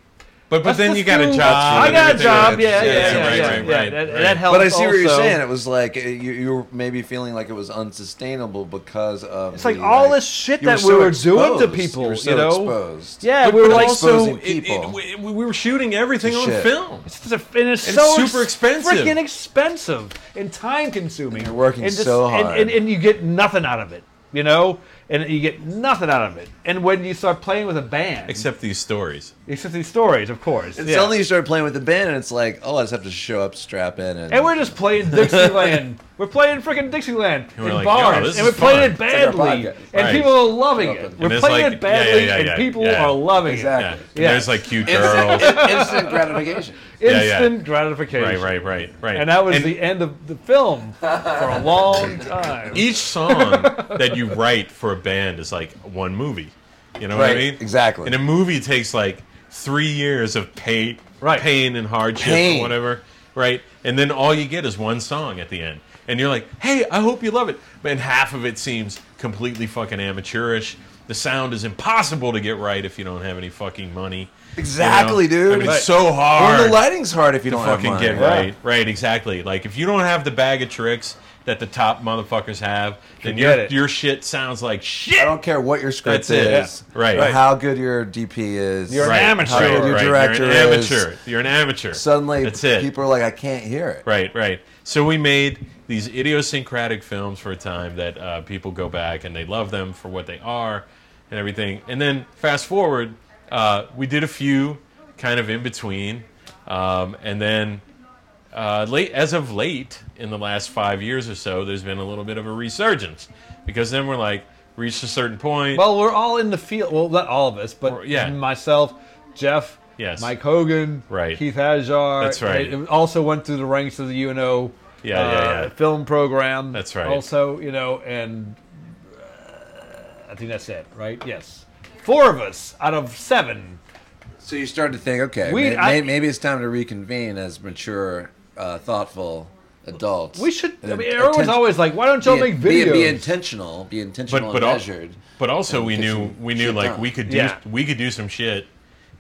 [SPEAKER 1] But but
[SPEAKER 4] Let's
[SPEAKER 1] then
[SPEAKER 4] just
[SPEAKER 1] you got a
[SPEAKER 4] do-
[SPEAKER 1] job.
[SPEAKER 4] I
[SPEAKER 1] and
[SPEAKER 4] got a
[SPEAKER 1] everything
[SPEAKER 4] job.
[SPEAKER 1] else.
[SPEAKER 4] Yeah, yeah, yeah, yeah.
[SPEAKER 1] right,
[SPEAKER 4] yeah,
[SPEAKER 1] right, right,
[SPEAKER 4] That,
[SPEAKER 1] right.
[SPEAKER 4] that helps.
[SPEAKER 3] But I see what you're
[SPEAKER 4] also.
[SPEAKER 3] saying. It was like uh, you, you were maybe feeling like it was unsustainable because of.
[SPEAKER 4] It's like all this shit
[SPEAKER 3] you were
[SPEAKER 4] that we
[SPEAKER 3] so
[SPEAKER 4] were doing to
[SPEAKER 3] exposed.
[SPEAKER 4] people,
[SPEAKER 3] You were so
[SPEAKER 4] you know?
[SPEAKER 3] exposed.
[SPEAKER 4] Yeah,
[SPEAKER 1] But-
[SPEAKER 4] we were
[SPEAKER 1] but
[SPEAKER 4] like
[SPEAKER 1] also,
[SPEAKER 3] exposing
[SPEAKER 1] it- it-
[SPEAKER 3] people.
[SPEAKER 1] we, we were shooting everything
[SPEAKER 3] To
[SPEAKER 1] on
[SPEAKER 3] shit.
[SPEAKER 1] film.
[SPEAKER 4] It's, a, and it's,
[SPEAKER 1] And
[SPEAKER 4] so
[SPEAKER 1] it's super
[SPEAKER 4] ex-
[SPEAKER 1] expensive.
[SPEAKER 4] freaking expensive, and time consuming.
[SPEAKER 3] you're working so hard.
[SPEAKER 4] and, and, and you get nothing out of it, you know, and you get nothing out of it. And when you start playing with a band,
[SPEAKER 1] Except these stories.
[SPEAKER 4] except these stories, of course,
[SPEAKER 3] And
[SPEAKER 4] yeah.
[SPEAKER 3] suddenly you start playing with the band, and it's like, oh, I just have to show up, strap in, and,
[SPEAKER 4] and we're just playing Dixieland. we're playing freaking Dixieland
[SPEAKER 1] we're
[SPEAKER 4] in
[SPEAKER 1] like,
[SPEAKER 4] bars,
[SPEAKER 1] "Yo, this
[SPEAKER 4] and
[SPEAKER 1] is
[SPEAKER 4] we're playing
[SPEAKER 1] fun."
[SPEAKER 4] it
[SPEAKER 3] like our
[SPEAKER 4] badly,
[SPEAKER 3] podcast.
[SPEAKER 4] and
[SPEAKER 1] Right.
[SPEAKER 4] people are loving
[SPEAKER 3] And
[SPEAKER 4] it. We're
[SPEAKER 1] it's
[SPEAKER 4] playing
[SPEAKER 1] like-
[SPEAKER 4] it badly,
[SPEAKER 1] yeah, yeah, yeah,
[SPEAKER 4] and people
[SPEAKER 1] yeah.
[SPEAKER 4] are loving
[SPEAKER 3] Exactly.
[SPEAKER 1] Yeah. And
[SPEAKER 4] Yeah.
[SPEAKER 1] There's like cute girls.
[SPEAKER 3] instant gratification.
[SPEAKER 1] yeah,
[SPEAKER 4] it.
[SPEAKER 1] yeah.
[SPEAKER 4] Instant gratification.
[SPEAKER 1] right, right, right, right.
[SPEAKER 4] And that was the end of the film for a long time.
[SPEAKER 1] each song that you write for a band is like one movie. You know what I
[SPEAKER 3] Right,
[SPEAKER 1] mean?
[SPEAKER 3] exactly.
[SPEAKER 1] And a movie takes like three years of pain,
[SPEAKER 4] Right.
[SPEAKER 1] pain and hardship
[SPEAKER 3] Pain.
[SPEAKER 1] or whatever, right? And then all you get is one song at the end, and you're like, "Hey, I hope you love it." And half of it seems completely fucking amateurish. The sound is impossible to get right if you don't have any fucking money. you know?
[SPEAKER 3] Exactly, dude.
[SPEAKER 1] I mean,
[SPEAKER 3] Right.
[SPEAKER 1] it's so hard
[SPEAKER 3] Or the lighting's hard if you don't have
[SPEAKER 1] fucking
[SPEAKER 3] money.
[SPEAKER 1] get right. Right, exactly. Like if you don't have the bag of tricks that the top motherfuckers have, then
[SPEAKER 4] Forget
[SPEAKER 1] your
[SPEAKER 4] it.
[SPEAKER 1] your shit sounds like
[SPEAKER 3] I
[SPEAKER 1] shit.
[SPEAKER 3] don't care what your script
[SPEAKER 1] That's it.
[SPEAKER 3] is,
[SPEAKER 1] Yeah. Right.
[SPEAKER 3] or
[SPEAKER 1] Right.
[SPEAKER 3] how good your DP is.
[SPEAKER 4] You're an
[SPEAKER 1] right,
[SPEAKER 4] amateur.
[SPEAKER 1] Right,
[SPEAKER 3] Your
[SPEAKER 1] right.
[SPEAKER 3] director
[SPEAKER 1] You're an
[SPEAKER 3] is-
[SPEAKER 1] amateur. You're an amateur.
[SPEAKER 3] Suddenly,
[SPEAKER 1] that's it.
[SPEAKER 3] people are like, I can't hear it.
[SPEAKER 1] Right, right. So we made these idiosyncratic films for a time that uh, people go back and they love them for what they are and everything. And then fast forward, uh, we did a few kind of in between. Um, and then uh, late, as of late, in the last five years or so, there's been a little bit of a resurgence because then we're like, reached a certain point.
[SPEAKER 4] Well, we're all in the field. Well, not all of us, but
[SPEAKER 1] Yeah.
[SPEAKER 4] myself, Jeff,
[SPEAKER 1] Yes.
[SPEAKER 4] Mike Hogan,
[SPEAKER 1] Right.
[SPEAKER 4] Keith Hajar.
[SPEAKER 1] That's right.
[SPEAKER 4] They also went through the ranks of the UNO
[SPEAKER 1] Yeah, yeah,
[SPEAKER 4] uh,
[SPEAKER 1] yeah.
[SPEAKER 4] film program.
[SPEAKER 1] That's right.
[SPEAKER 4] Also, you know, and uh, I think that's it, right? Yes. Four of us out of seven.
[SPEAKER 3] So you start to think, okay,
[SPEAKER 4] We-
[SPEAKER 3] may,
[SPEAKER 4] I-
[SPEAKER 3] may- maybe it's time to reconvene as mature, uh, thoughtful adults.
[SPEAKER 4] We should. I
[SPEAKER 3] And
[SPEAKER 4] mean, everyone's
[SPEAKER 3] atten-
[SPEAKER 4] always like, "Why don't y'all
[SPEAKER 3] be,
[SPEAKER 4] make
[SPEAKER 3] be-
[SPEAKER 4] videos?"
[SPEAKER 3] Be, intentional. Be intentional
[SPEAKER 1] but
[SPEAKER 3] and
[SPEAKER 1] al-
[SPEAKER 3] measured.
[SPEAKER 1] but also we
[SPEAKER 3] get
[SPEAKER 1] knew
[SPEAKER 3] some
[SPEAKER 1] we knew
[SPEAKER 3] shit
[SPEAKER 1] like
[SPEAKER 3] done.
[SPEAKER 1] we could do
[SPEAKER 4] Yeah.
[SPEAKER 1] we could do some shit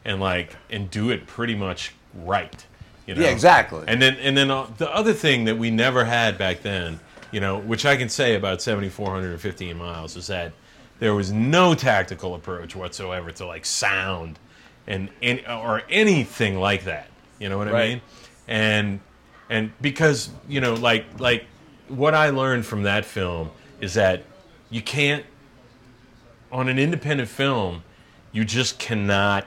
[SPEAKER 1] and like and do it pretty much right. You know?
[SPEAKER 3] Yeah, exactly.
[SPEAKER 1] And then and then uh, the other thing that we never had back then, you know, which I can say about 7415 miles is that There was no tactical approach whatsoever to like sound and, and or anything like that. You know what I
[SPEAKER 3] Right.
[SPEAKER 1] mean? And and because you know, like like what I learned from that film is that you can't on an independent film, you just cannot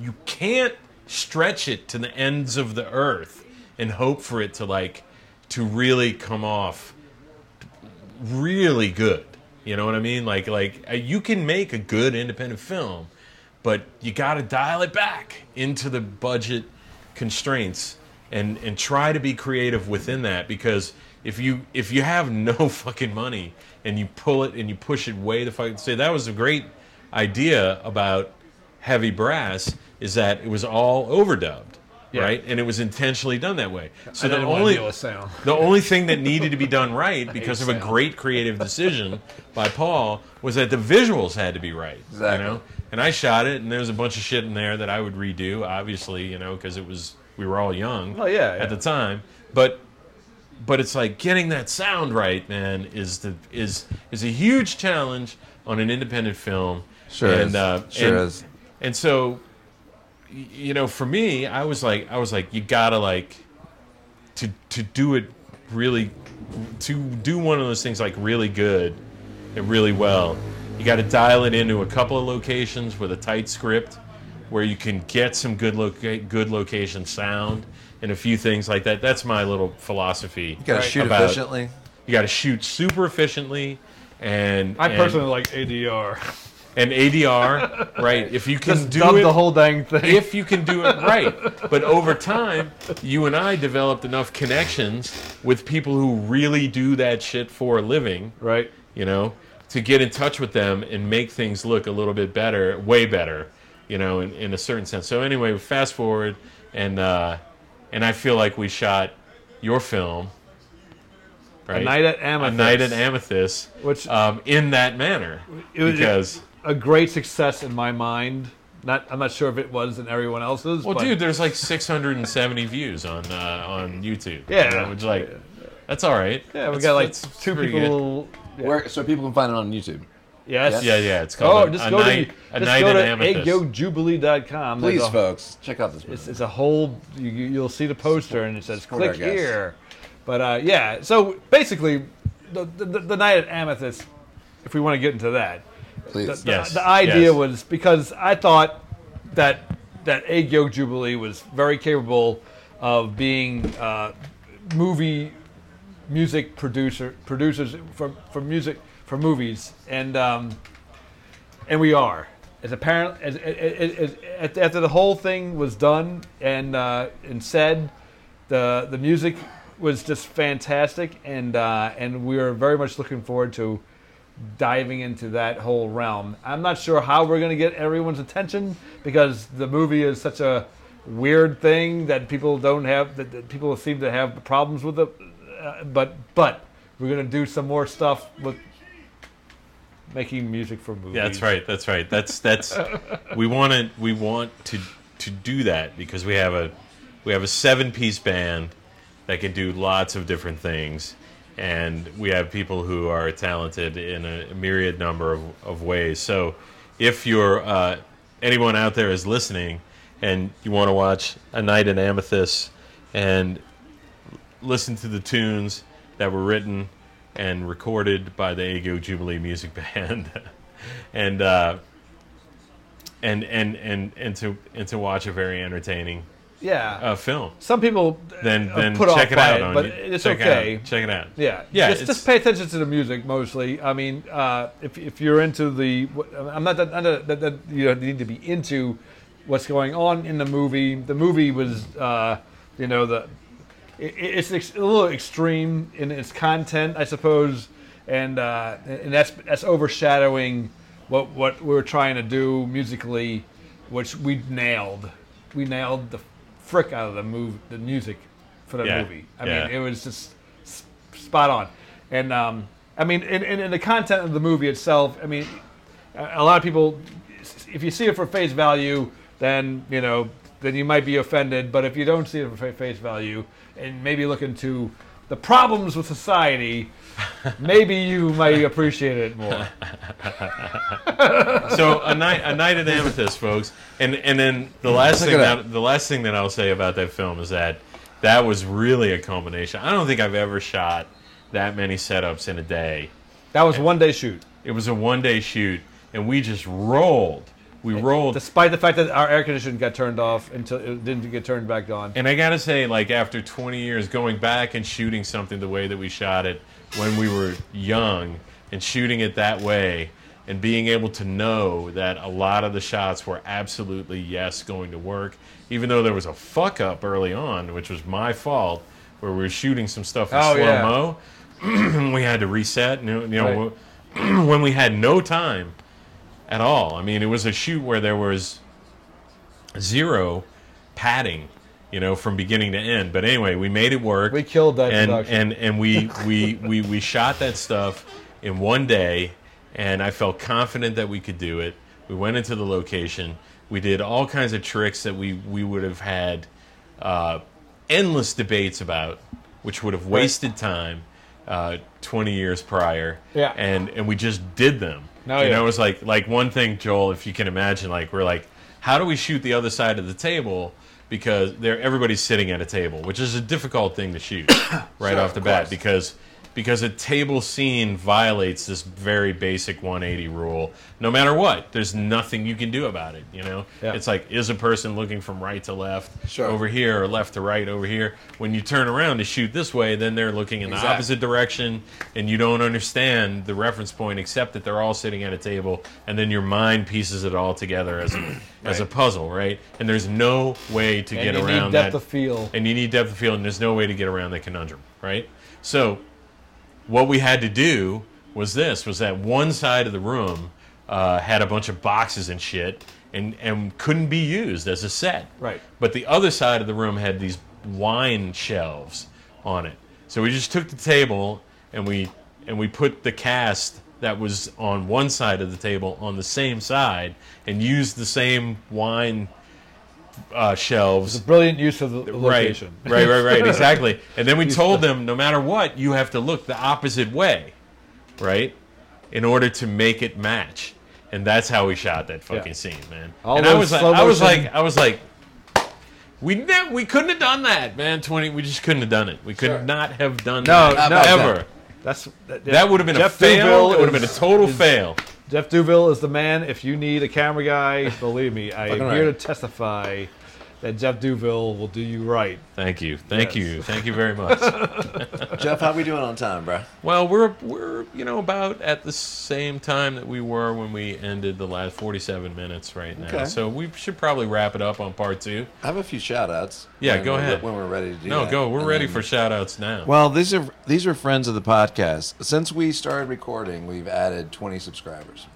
[SPEAKER 1] you can't stretch it to the ends of the earth and hope for it to like to really come off really good. You know what I mean? Like like uh, you can make a good independent film, but you got to dial it back into the budget constraints and and try to be creative within that because if you if you have no fucking money and you pull it and you push it way the fuck say that was a great idea about heavy brass is that it was all overdubbed
[SPEAKER 4] Yeah.
[SPEAKER 1] right and it was intentionally done that way so
[SPEAKER 5] I
[SPEAKER 1] the
[SPEAKER 5] don't want
[SPEAKER 1] only
[SPEAKER 5] to deal with sound.
[SPEAKER 1] the only thing that needed to be done right because of a
[SPEAKER 5] sound.
[SPEAKER 1] great creative decision by Paul was that the visuals had to be right.
[SPEAKER 3] Exactly.
[SPEAKER 1] You know? And I shot it, and there was a bunch of shit in there that I would redo, obviously, you know, because it was we were all young.
[SPEAKER 4] Oh, yeah, yeah.
[SPEAKER 1] At the time, but but it's like getting that sound right, man, is the is is a huge challenge on an independent film.
[SPEAKER 3] Sure
[SPEAKER 1] and,
[SPEAKER 3] is.
[SPEAKER 1] Uh,
[SPEAKER 3] Sure
[SPEAKER 1] and-
[SPEAKER 3] is.
[SPEAKER 1] And so, y- you know, for me, I was like, I was like, you gotta like to to do it really to do one of those things like really good and really well you got to dial it into a couple of locations with a tight script where you can get some good loca- good location sound and a few things like that that's my little philosophy
[SPEAKER 3] You gotta shoot
[SPEAKER 1] about-
[SPEAKER 3] efficiently.
[SPEAKER 1] you got to shoot super efficiently and
[SPEAKER 4] I
[SPEAKER 1] and,
[SPEAKER 4] personally like ADR.
[SPEAKER 1] and ADR right if you can
[SPEAKER 4] Just
[SPEAKER 1] do
[SPEAKER 4] dub
[SPEAKER 1] it
[SPEAKER 4] the whole dang thing.
[SPEAKER 1] if you can do it right. But over time, you and I developed enough connections with people who really do that shit for a living,
[SPEAKER 4] right.
[SPEAKER 1] you know, to get in touch with them and make things look a little bit better, way better, you know, in, in a certain sense. So anyway, fast forward, and uh, and I feel like we shot your film. Right?
[SPEAKER 4] A Night at
[SPEAKER 1] A
[SPEAKER 4] Amethyst.
[SPEAKER 1] night at Amethyst,
[SPEAKER 4] Which-
[SPEAKER 1] um, in that manner,
[SPEAKER 4] It was
[SPEAKER 1] because
[SPEAKER 4] a great success in my mind. Not, I'm not sure if it was in everyone else's.
[SPEAKER 1] Well,
[SPEAKER 4] but
[SPEAKER 1] dude, there's like 670 views on uh, on YouTube.
[SPEAKER 4] Yeah.
[SPEAKER 1] you know, which like, that's all right.
[SPEAKER 4] yeah, we
[SPEAKER 1] That's-
[SPEAKER 4] got like
[SPEAKER 1] that's
[SPEAKER 4] two
[SPEAKER 1] pretty good.
[SPEAKER 4] people. Yeah.
[SPEAKER 3] Where, so people can find it on YouTube.
[SPEAKER 4] Yes.
[SPEAKER 1] Yeah, yeah, it's called
[SPEAKER 4] Oh,
[SPEAKER 1] a,
[SPEAKER 4] just
[SPEAKER 1] a
[SPEAKER 4] go
[SPEAKER 1] night,
[SPEAKER 4] to
[SPEAKER 1] a
[SPEAKER 4] just
[SPEAKER 1] night
[SPEAKER 4] go
[SPEAKER 1] in
[SPEAKER 4] to
[SPEAKER 1] Amethyst.
[SPEAKER 4] agojubilee.com. There's
[SPEAKER 3] Please,
[SPEAKER 4] a-
[SPEAKER 3] folks, check out this movie.
[SPEAKER 4] It's, it's a whole. You, you- you'll see the poster and it says
[SPEAKER 3] Support our
[SPEAKER 4] click
[SPEAKER 3] guests."
[SPEAKER 4] here. But uh, yeah, so basically, the, the the night at Amethyst. If we want to get into that,
[SPEAKER 3] Please.
[SPEAKER 4] the,
[SPEAKER 1] Yes,
[SPEAKER 4] the idea
[SPEAKER 1] yes.
[SPEAKER 4] was because I thought that that Egg Yolk Jubilee was very capable of being uh, movie music producer producers for, for music for movies and um, and we are as apparent as, as, as, as after the whole thing was done and uh, and said the the music was just fantastic and uh, and we are very much looking forward to diving into that whole realm. I'm not sure how we're going to get everyone's attention because the movie is such a weird thing that people don't have that, that people seem to have problems with it. Uh, but but we're going to do some more stuff with making music for movies.
[SPEAKER 1] Yeah, that's right. That's right. That's that's we want to we want to to do that because we have a we have a seven piece band that can do lots of different things, and we have people who are talented in a myriad number of, of ways. So, if you're uh, anyone out there is listening and you want to watch a night in Amethyst and listen to the tunes that were written and recorded by the Ago Jubilee Music Band, and uh, and and and and to and to watch a very entertaining
[SPEAKER 4] Yeah.
[SPEAKER 1] uh, film.
[SPEAKER 4] Some people uh,
[SPEAKER 1] Then
[SPEAKER 4] are
[SPEAKER 1] then
[SPEAKER 4] put off
[SPEAKER 1] check it
[SPEAKER 4] by
[SPEAKER 1] out
[SPEAKER 4] it,
[SPEAKER 1] on
[SPEAKER 4] but
[SPEAKER 1] you-
[SPEAKER 4] it's
[SPEAKER 1] check it out.
[SPEAKER 4] okay.
[SPEAKER 1] check it out.
[SPEAKER 4] Yeah,
[SPEAKER 1] yeah.
[SPEAKER 4] Just,
[SPEAKER 1] it's-
[SPEAKER 4] just pay attention to the music mostly. I mean, uh, if if you're into the, I'm not that, not that, that you need to be into what's going on in the movie. The movie was, uh, you know, the it, it's ex- a little extreme in its content, I suppose, and uh, and that's that's overshadowing what what we were trying to do musically, which we nailed. We nailed the frick out of the move the music for the
[SPEAKER 1] Yeah,
[SPEAKER 4] movie. I
[SPEAKER 1] yeah.
[SPEAKER 4] mean, it was just s- spot on, and um, I mean, in, in, in the content of the movie itself, I mean, a a lot of people, if you see it for face value, then you know, then you might be offended. But if you don't see it for fa- face value, and maybe look into the problems with society, maybe you might appreciate it more.
[SPEAKER 1] So a night, a night at Amethyst, folks, and and then the
[SPEAKER 4] Mm,
[SPEAKER 1] last
[SPEAKER 3] Look
[SPEAKER 1] thing
[SPEAKER 3] it up.
[SPEAKER 1] that the last thing that I'll say about that film is that that was really a culmination. I don't think I've ever shot that many setups in a day.
[SPEAKER 4] That was one day shoot,
[SPEAKER 1] It was a one day shoot, and we just rolled. We rolled.
[SPEAKER 4] despite the fact that our air conditioning got turned off until it didn't get turned back on.
[SPEAKER 1] And I gotta say, like after 20 years, going back and shooting something the way that we shot it when we were young, and shooting it that way, and being able to know that a lot of the shots were absolutely yes going to work, even though there was a fuck up early on, which was my fault, where we were shooting some stuff in
[SPEAKER 4] Oh,
[SPEAKER 1] slow
[SPEAKER 4] yeah.
[SPEAKER 1] mo. we had to reset, and you know,
[SPEAKER 4] Right.
[SPEAKER 1] when we had no time at all. I mean, it was a shoot where there was zero padding, you know, from beginning to end. But anyway, we made it work.
[SPEAKER 4] We killed that
[SPEAKER 1] and,
[SPEAKER 4] production.
[SPEAKER 1] And and we we, we we shot that stuff in one day, and I felt confident that we could do it. We went into the location. We did all kinds of tricks that we we would have had uh, endless debates about, which would have wasted time. Uh, 20 years prior
[SPEAKER 4] Yeah.
[SPEAKER 1] and and we just did them
[SPEAKER 4] No,
[SPEAKER 1] you
[SPEAKER 4] yeah.
[SPEAKER 1] know it was like like one thing joel if you can imagine like we're like how do we shoot the other side of the table because they're everybody's sitting at a table which is a difficult thing to shoot right off the bat because because a table scene violates this very basic 180 rule no matter what there's nothing you can do about it you know
[SPEAKER 4] Yeah.
[SPEAKER 1] it's like is a person looking from right to left
[SPEAKER 3] Sure.
[SPEAKER 1] over here or left to right over here when you turn around to shoot this way then they're looking in the
[SPEAKER 3] Exact-
[SPEAKER 1] opposite direction and you don't understand the reference point except that they're all sitting at a table and then your mind pieces it all together as a, as a puzzle right and there's no way to get
[SPEAKER 4] and you
[SPEAKER 1] around
[SPEAKER 4] need depth
[SPEAKER 1] that
[SPEAKER 4] of feel.
[SPEAKER 1] and you need depth of field, and there's no way to get around that conundrum, right? So, what we had to do was this: was that one side of the room uh, had a bunch of boxes and shit, and and couldn't be used as a set,
[SPEAKER 4] Right.
[SPEAKER 1] But the other side of the room had these wine shelves on it. So we just took the table and we and we put the cast that was on one side of the table on the same side and used the same wine uh, shelves
[SPEAKER 4] Brilliant use of the the location.
[SPEAKER 1] Right, right, right, right. Exactly. And then we told them, no matter what, you have to look the opposite way, right, in order to make it match. And that's how we shot that fucking
[SPEAKER 4] Yeah.
[SPEAKER 1] scene, man.
[SPEAKER 4] All
[SPEAKER 1] and I
[SPEAKER 4] those
[SPEAKER 1] was like,
[SPEAKER 4] slow
[SPEAKER 1] I was
[SPEAKER 4] motion-
[SPEAKER 1] like, I was like, we ne- we couldn't have done that, man. Twenty, we just couldn't have done it. We could
[SPEAKER 3] Sure.
[SPEAKER 1] not have done
[SPEAKER 4] No,
[SPEAKER 1] that
[SPEAKER 4] no.
[SPEAKER 1] ever.
[SPEAKER 4] That's that,
[SPEAKER 1] That would have been a
[SPEAKER 4] Jeff
[SPEAKER 1] fail.
[SPEAKER 4] Duvel
[SPEAKER 1] it would have been a
[SPEAKER 4] is-
[SPEAKER 1] total
[SPEAKER 4] is-
[SPEAKER 1] fail.
[SPEAKER 4] Jeff Duville is the man. If you need a camera guy, believe me, I am
[SPEAKER 3] Fucking
[SPEAKER 4] here to
[SPEAKER 3] right.
[SPEAKER 4] testify that Jeff Duville will do you right.
[SPEAKER 1] Thank you, thank
[SPEAKER 4] Yes.
[SPEAKER 1] you, thank you very much.
[SPEAKER 3] Jeff, how we doing on time, bro?
[SPEAKER 1] Well, we're we're you know about at the same time that we were when we ended the last 47 minutes right now.
[SPEAKER 3] Okay.
[SPEAKER 1] So we should probably wrap it up on part 2.
[SPEAKER 3] I have a few shout outs.
[SPEAKER 1] Yeah, go ahead.
[SPEAKER 3] When we're ready to do
[SPEAKER 1] No,
[SPEAKER 3] that.
[SPEAKER 1] go. We're
[SPEAKER 3] And
[SPEAKER 1] ready
[SPEAKER 3] then-
[SPEAKER 1] for shout outs now.
[SPEAKER 3] Well, these are these are friends of the podcast. Since we started recording, we've added 20 subscribers.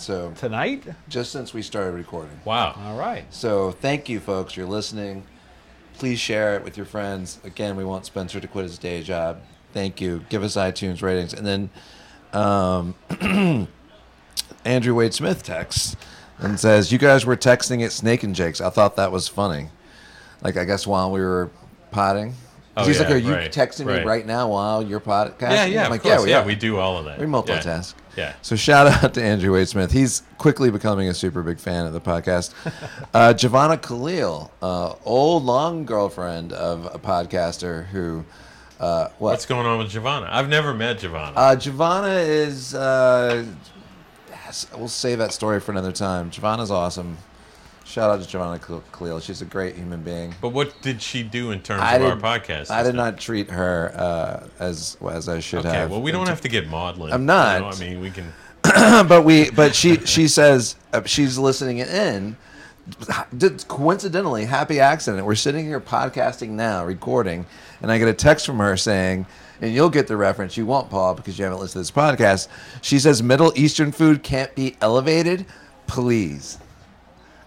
[SPEAKER 3] So
[SPEAKER 4] Tonight?
[SPEAKER 3] just since we started recording.
[SPEAKER 1] wow.
[SPEAKER 4] All right.
[SPEAKER 3] So thank you, folks. You're listening. Please share it with your friends. Again, we want Spencer to quit his day job. Thank you. Give us iTunes ratings. And then um, Andrew Wade Smith texts and says, You guys were texting at Snake and Jake's. I thought that was funny. Like, I guess while we were potting. 'Cause
[SPEAKER 1] Oh,
[SPEAKER 3] he's like,
[SPEAKER 1] yeah,
[SPEAKER 3] Are you
[SPEAKER 1] right,
[SPEAKER 3] texting me
[SPEAKER 1] right.
[SPEAKER 3] right now while you're podcasting?
[SPEAKER 1] Yeah, yeah,
[SPEAKER 3] I'm
[SPEAKER 1] of
[SPEAKER 3] like,
[SPEAKER 1] course. Yeah,
[SPEAKER 3] we
[SPEAKER 1] we,
[SPEAKER 3] are."
[SPEAKER 1] do all of that.
[SPEAKER 3] We multitask.
[SPEAKER 1] Yeah.
[SPEAKER 3] So shout out to Andrew Wade Smith. He's quickly becoming a super big fan of the podcast. Uh, Giovanna Khalil, uh, old long girlfriend of a podcaster who, uh, what?
[SPEAKER 1] What's going on with Giovanna? I've never met Giovanna.
[SPEAKER 3] uh, Giovanna is. Uh, yes, we'll save that story for another time. Giovanna's awesome. Shout out to Giovanna Khal- Khalil. She's a great human being.
[SPEAKER 1] but what did she do in terms
[SPEAKER 3] I
[SPEAKER 1] of our
[SPEAKER 3] did,
[SPEAKER 1] podcast?
[SPEAKER 3] I did not treat her uh, as as I should
[SPEAKER 1] Okay,
[SPEAKER 3] have.
[SPEAKER 1] well, we don't have to get maudlin.
[SPEAKER 3] I'm not.
[SPEAKER 1] You know, I mean, we can.
[SPEAKER 3] but we but she she says uh, she's listening in did coincidentally happy accident we're sitting here podcasting now recording and i get a text from her saying and you'll get the reference you won't paul because you haven't listened to this podcast she says middle eastern food can't be elevated please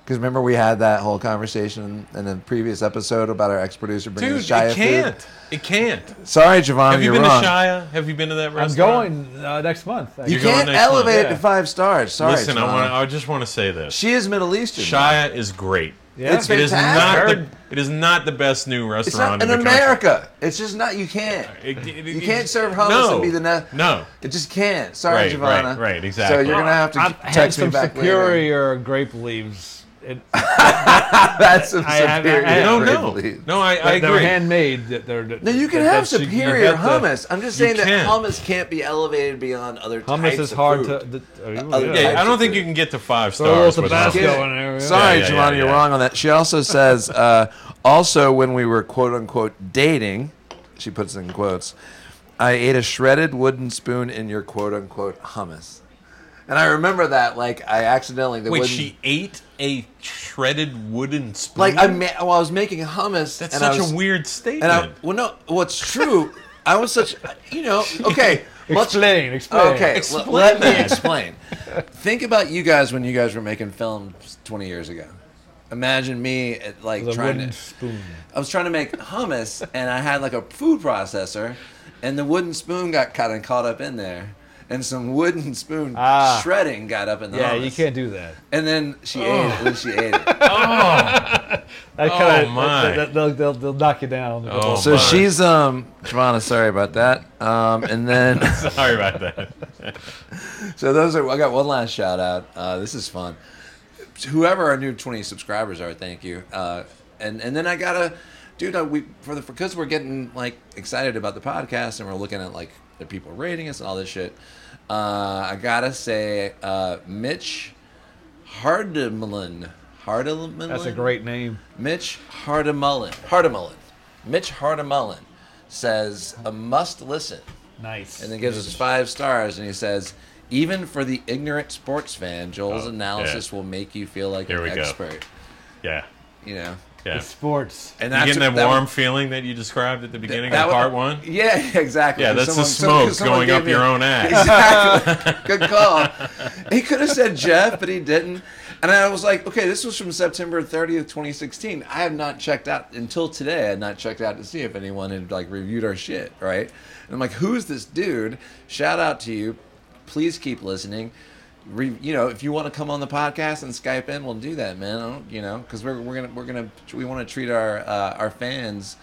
[SPEAKER 3] Because remember we had that whole conversation in the previous episode about our ex-producer bringing
[SPEAKER 1] Dude,
[SPEAKER 3] Shia
[SPEAKER 1] it can't. It can't.
[SPEAKER 3] food. Sorry, Javon,
[SPEAKER 1] Have you
[SPEAKER 3] you're
[SPEAKER 1] been
[SPEAKER 3] wrong.
[SPEAKER 1] to Shia? Have you been to that
[SPEAKER 4] I'm
[SPEAKER 1] restaurant?
[SPEAKER 4] going uh, next month.
[SPEAKER 3] You
[SPEAKER 1] You're going
[SPEAKER 3] can't
[SPEAKER 1] next month.
[SPEAKER 3] elevate it
[SPEAKER 4] Yeah.
[SPEAKER 3] to five stars. Sorry,
[SPEAKER 1] Listen, I
[SPEAKER 3] Javon.
[SPEAKER 1] want. I just want to say this.
[SPEAKER 3] She is Middle Eastern.
[SPEAKER 1] Shia is great.
[SPEAKER 4] Yeah.
[SPEAKER 3] It's
[SPEAKER 1] It is not.
[SPEAKER 3] fantastic.
[SPEAKER 1] The, it is not the best new
[SPEAKER 3] It's not
[SPEAKER 1] restaurant
[SPEAKER 3] in
[SPEAKER 1] in the country.
[SPEAKER 3] America. It's just not. You can't.
[SPEAKER 1] It- it-
[SPEAKER 3] You
[SPEAKER 1] it-
[SPEAKER 3] can't serve hummus
[SPEAKER 1] no,
[SPEAKER 3] and be the next.
[SPEAKER 1] No.
[SPEAKER 3] It just can't. Sorry,
[SPEAKER 1] Right,
[SPEAKER 3] Giovanna.
[SPEAKER 1] right, right, exactly.
[SPEAKER 3] So you're gonna have to
[SPEAKER 5] I've had
[SPEAKER 3] text me
[SPEAKER 5] some
[SPEAKER 3] back later.
[SPEAKER 5] superior grape leaves. It,
[SPEAKER 3] That's some
[SPEAKER 5] I have- I
[SPEAKER 3] superior.
[SPEAKER 5] have-
[SPEAKER 1] No,
[SPEAKER 3] grape
[SPEAKER 1] no,
[SPEAKER 3] leaves.
[SPEAKER 1] no. I, I
[SPEAKER 4] That- They're
[SPEAKER 1] agree.
[SPEAKER 4] handmade. That they're,
[SPEAKER 3] No, you can
[SPEAKER 4] that-
[SPEAKER 3] have
[SPEAKER 4] that you- you
[SPEAKER 3] superior
[SPEAKER 4] have to-
[SPEAKER 3] hummus. I'm just
[SPEAKER 1] You
[SPEAKER 3] saying that
[SPEAKER 1] can't.
[SPEAKER 3] hummus can't be elevated beyond other types
[SPEAKER 5] hummus is
[SPEAKER 3] of
[SPEAKER 5] hard
[SPEAKER 3] food. Uh,
[SPEAKER 5] to. The, oh, you-
[SPEAKER 3] Other
[SPEAKER 5] yeah.
[SPEAKER 3] types
[SPEAKER 1] yeah, I
[SPEAKER 3] of
[SPEAKER 1] don't think
[SPEAKER 3] food.
[SPEAKER 1] you can get to five
[SPEAKER 5] Throw a little
[SPEAKER 1] stars. with
[SPEAKER 5] Tabasco
[SPEAKER 1] hummus.
[SPEAKER 5] in there, yeah.
[SPEAKER 3] Sorry,
[SPEAKER 1] Yeah, yeah,
[SPEAKER 3] Giovanna,
[SPEAKER 1] yeah,
[SPEAKER 3] you're
[SPEAKER 1] yeah.
[SPEAKER 3] wrong on that. She also says, uh, also when we were quote unquote dating, she puts it in quotes, I ate a shredded wooden spoon in your quote unquote hummus. And I remember that, like, I accidentally, the
[SPEAKER 1] Wait,
[SPEAKER 3] wooden-
[SPEAKER 1] she ate a shredded wooden spoon.
[SPEAKER 3] like, I, ma- well, I was making hummus.
[SPEAKER 1] That's
[SPEAKER 3] and I
[SPEAKER 1] such
[SPEAKER 3] was-
[SPEAKER 1] a weird
[SPEAKER 3] And
[SPEAKER 1] statement.
[SPEAKER 3] I, well, no, what's true, I was such, you know, okay. much-
[SPEAKER 5] Explain, explain.
[SPEAKER 3] Okay,
[SPEAKER 1] Explain
[SPEAKER 3] l- let me
[SPEAKER 1] that.
[SPEAKER 3] explain. Think about you guys when you guys were making films 20 years ago. Imagine me at, like
[SPEAKER 5] The
[SPEAKER 3] trying
[SPEAKER 5] wooden
[SPEAKER 3] to.
[SPEAKER 5] spoon.
[SPEAKER 3] I was trying to make hummus, and I had like a food processor, and the wooden spoon got caught and caught up in there, and some wooden spoon
[SPEAKER 5] Ah.
[SPEAKER 3] shredding got up in the
[SPEAKER 5] Yeah,
[SPEAKER 3] hummus.
[SPEAKER 5] you can't do that.
[SPEAKER 3] And then she ate it. Then she ate it.
[SPEAKER 5] That
[SPEAKER 1] Oh,
[SPEAKER 5] kinda,
[SPEAKER 1] my.
[SPEAKER 5] That, that, they'll, they'll, they'll knock you down.
[SPEAKER 1] oh,
[SPEAKER 3] So
[SPEAKER 1] my.
[SPEAKER 3] she's um, Giovanna. Sorry about that. Um, and then.
[SPEAKER 1] Sorry about that.
[SPEAKER 3] So those are. I got one last shout out. Uh, this is fun. Whoever our new twenty subscribers are, thank you. Uh, and and then I gotta, dude. I, we for the because we're getting like excited about the podcast and we're looking at like the people rating us and all this shit. Uh, I gotta say, uh, Mitch Hardemelin. Hardemelin.
[SPEAKER 4] That's a great name.
[SPEAKER 3] Mitch Hardemelin. Hardemelin. Mitch Hardemelin says a must listen
[SPEAKER 4] Nice.
[SPEAKER 3] and then gives us five stars and he says even for the ignorant sports fan joel's
[SPEAKER 1] Oh,
[SPEAKER 3] analysis
[SPEAKER 1] yeah.
[SPEAKER 3] will make you feel like
[SPEAKER 1] Here
[SPEAKER 3] an
[SPEAKER 1] we go.
[SPEAKER 3] expert
[SPEAKER 1] Yeah,
[SPEAKER 3] you know
[SPEAKER 1] yeah.
[SPEAKER 5] It's sports.
[SPEAKER 3] and
[SPEAKER 1] you getting that,
[SPEAKER 3] that
[SPEAKER 1] warm feeling that you described at the beginning of
[SPEAKER 3] that was-
[SPEAKER 1] part one?
[SPEAKER 3] yeah exactly
[SPEAKER 1] Yeah, that's the
[SPEAKER 3] someone-
[SPEAKER 1] smoke
[SPEAKER 3] someone
[SPEAKER 1] going
[SPEAKER 3] gave
[SPEAKER 1] up
[SPEAKER 3] me-
[SPEAKER 1] your own ass.
[SPEAKER 3] exactly good call he could have said jeff but he didn't and i was like okay this was from september 30th 2016 i have not checked out until today i had not checked out to see if anyone had like reviewed our shit right and i'm like who's this dude shout out to you please keep listening Re, you know, if you want to come on the podcast and Skype in, we'll do that, man. I don't, you know, because we're, we're gonna we're gonna we want to treat our uh, our fans,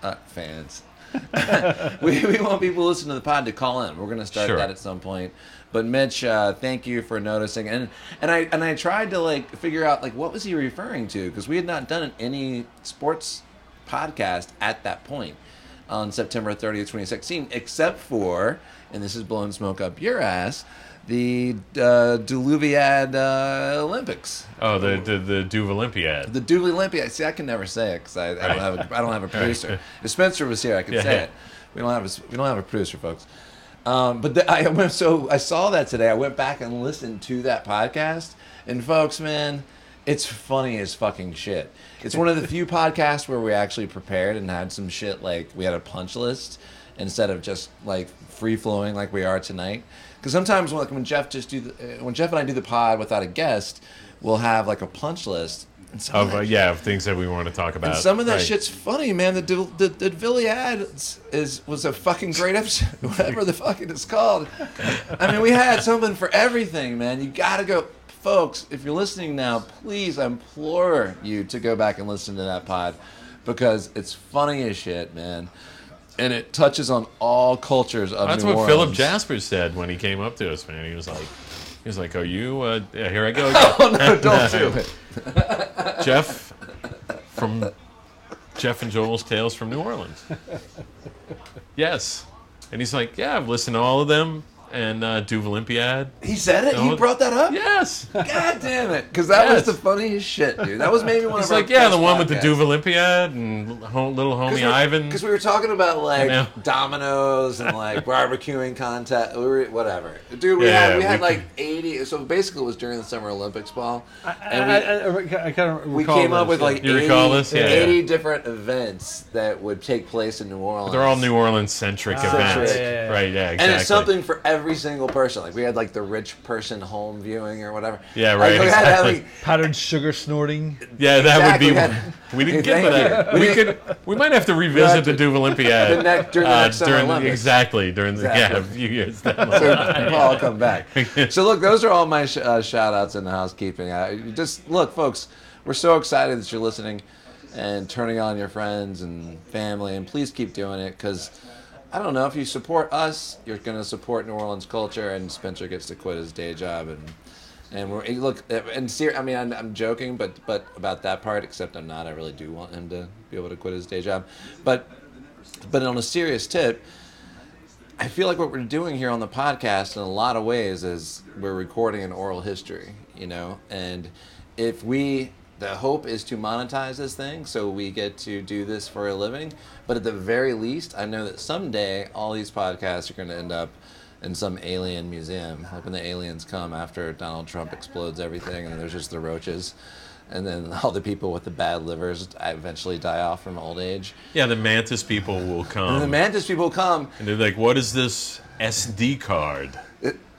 [SPEAKER 3] uh, fans. we, we want people listening to the pod to call in. We're gonna start
[SPEAKER 1] Sure.
[SPEAKER 3] that at some point. But Mitch, uh, thank you for noticing, and and I and I tried to like figure out like what was he referring to because we had not done any sports podcast at that point on September 30th, 2016, except for, and this is blowing smoke up your ass, the uh, Diluviad uh, Olympics.
[SPEAKER 1] Oh, the the, the Duve Olympiad.
[SPEAKER 3] The Duve Olympiad. See, I can never say it because I, I don't have a, I don't have a producer. If Spencer was here, I could
[SPEAKER 1] Yeah,
[SPEAKER 3] say
[SPEAKER 1] yeah.
[SPEAKER 3] it. We don't have a, s- we don't have a producer, folks. Um, but the, I went so I saw that today. I went back and listened to that podcast, and folks, man, it's funny as fucking shit. It's one of the few podcasts where we actually prepared and had some shit like we had a punch list instead of just like free flowing like we are tonight. Because sometimes like when Jeff just do the, uh, when Jeff and I do the pod without a guest, we'll have like a punch list. And some of
[SPEAKER 1] Of
[SPEAKER 3] that
[SPEAKER 1] uh, yeah, of things that we want to talk about.
[SPEAKER 3] and some of that
[SPEAKER 1] Uh, Right.
[SPEAKER 3] shit's funny, man. The Dil- the, the Villiads is was a fucking great episode, whatever the fuck it is called. I mean, we had something for everything, man. You gotta go, folks. If you're listening now, please, I implore you to go back and listen to that pod because it's funny as shit, man. And it touches on all cultures of
[SPEAKER 1] That's
[SPEAKER 3] New
[SPEAKER 1] what
[SPEAKER 3] Orleans.
[SPEAKER 1] Philip Jasper said when he came up to us, man. He was like, he was like, "Are you? Uh, yeah, here I go, again.
[SPEAKER 3] Oh no! Don't do it.
[SPEAKER 1] Jeff from Jeff and Joel's Tales from New Orleans." Yes, and he's like, "Yeah, I've listened to all of them and uh, Duve Olympiad."
[SPEAKER 3] He said it. He
[SPEAKER 1] No.
[SPEAKER 3] brought that up.
[SPEAKER 1] Yes,
[SPEAKER 3] God damn it! Because that
[SPEAKER 1] Yes.
[SPEAKER 3] was the funniest shit, dude. That was maybe one
[SPEAKER 1] he's
[SPEAKER 3] of our
[SPEAKER 1] like, "Yeah, the
[SPEAKER 3] best
[SPEAKER 1] one with the
[SPEAKER 3] podcasts.
[SPEAKER 1] Duve Olympiad and ho- little homie Ivan."
[SPEAKER 3] Because we were talking about like
[SPEAKER 1] know.
[SPEAKER 3] dominoes and like barbecuing contest, we were, whatever. Dude, we
[SPEAKER 1] Yeah,
[SPEAKER 3] had we
[SPEAKER 1] we
[SPEAKER 3] had like
[SPEAKER 1] could-
[SPEAKER 3] eighty. So basically, it was during the Summer Olympics ball, and we.
[SPEAKER 4] I, I, I kind of
[SPEAKER 3] we came up with like
[SPEAKER 1] You
[SPEAKER 3] 80,
[SPEAKER 1] recall this? Yeah, yeah.
[SPEAKER 3] 80 different events that would take place in New Orleans.
[SPEAKER 1] They're all New Orleans centric
[SPEAKER 4] Ah,
[SPEAKER 1] events,
[SPEAKER 3] yeah,
[SPEAKER 4] yeah, yeah.
[SPEAKER 1] right? Yeah, exactly.
[SPEAKER 3] And it's something for every single person. Like we had like the rich person home viewing or whatever.
[SPEAKER 1] Yeah,
[SPEAKER 3] Like,
[SPEAKER 1] right,
[SPEAKER 3] we had
[SPEAKER 1] exactly.
[SPEAKER 3] every-
[SPEAKER 5] Powdered sugar snorting.
[SPEAKER 1] Yeah, that
[SPEAKER 3] Exactly.
[SPEAKER 1] would be. We didn't get to
[SPEAKER 3] Thank
[SPEAKER 1] that.
[SPEAKER 3] you.
[SPEAKER 1] We
[SPEAKER 3] We
[SPEAKER 1] could. We might have to revisit the Duke Olympiad uh,
[SPEAKER 3] The next- during the next Summer Olympics.
[SPEAKER 1] Exactly during the yeah a
[SPEAKER 3] Exactly.
[SPEAKER 1] few years down the
[SPEAKER 3] so
[SPEAKER 1] line.
[SPEAKER 3] Paul, come back. So look, those are all my sh- uh, shout outs in the housekeeping. I, just look, folks, we're so excited that you're listening and turning on your friends and family, and please keep doing it because I don't know if you support us, you're going to support New Orleans culture, and Spencer gets to quit his day job and. And we're and look, eh, and ser- I mean, I'm, I'm joking, but but about that part. Except I'm not. I really do want him to be able to quit his day job, but but on a serious tip, I feel like what we're doing here on the podcast in a lot of ways is we're recording an oral history, you know? And if we, the hope is to monetize this thing so we get to do this for a living. But at the very least, I know that someday all these podcasts are going to end up in some alien museum, like when the aliens come after Donald Trump explodes everything and there's just the roaches. And then all the people with the bad livers eventually die off from old age.
[SPEAKER 1] Yeah, the Mantis people will come.
[SPEAKER 3] And the mantis people come
[SPEAKER 1] and they're like, "What is this SD card?"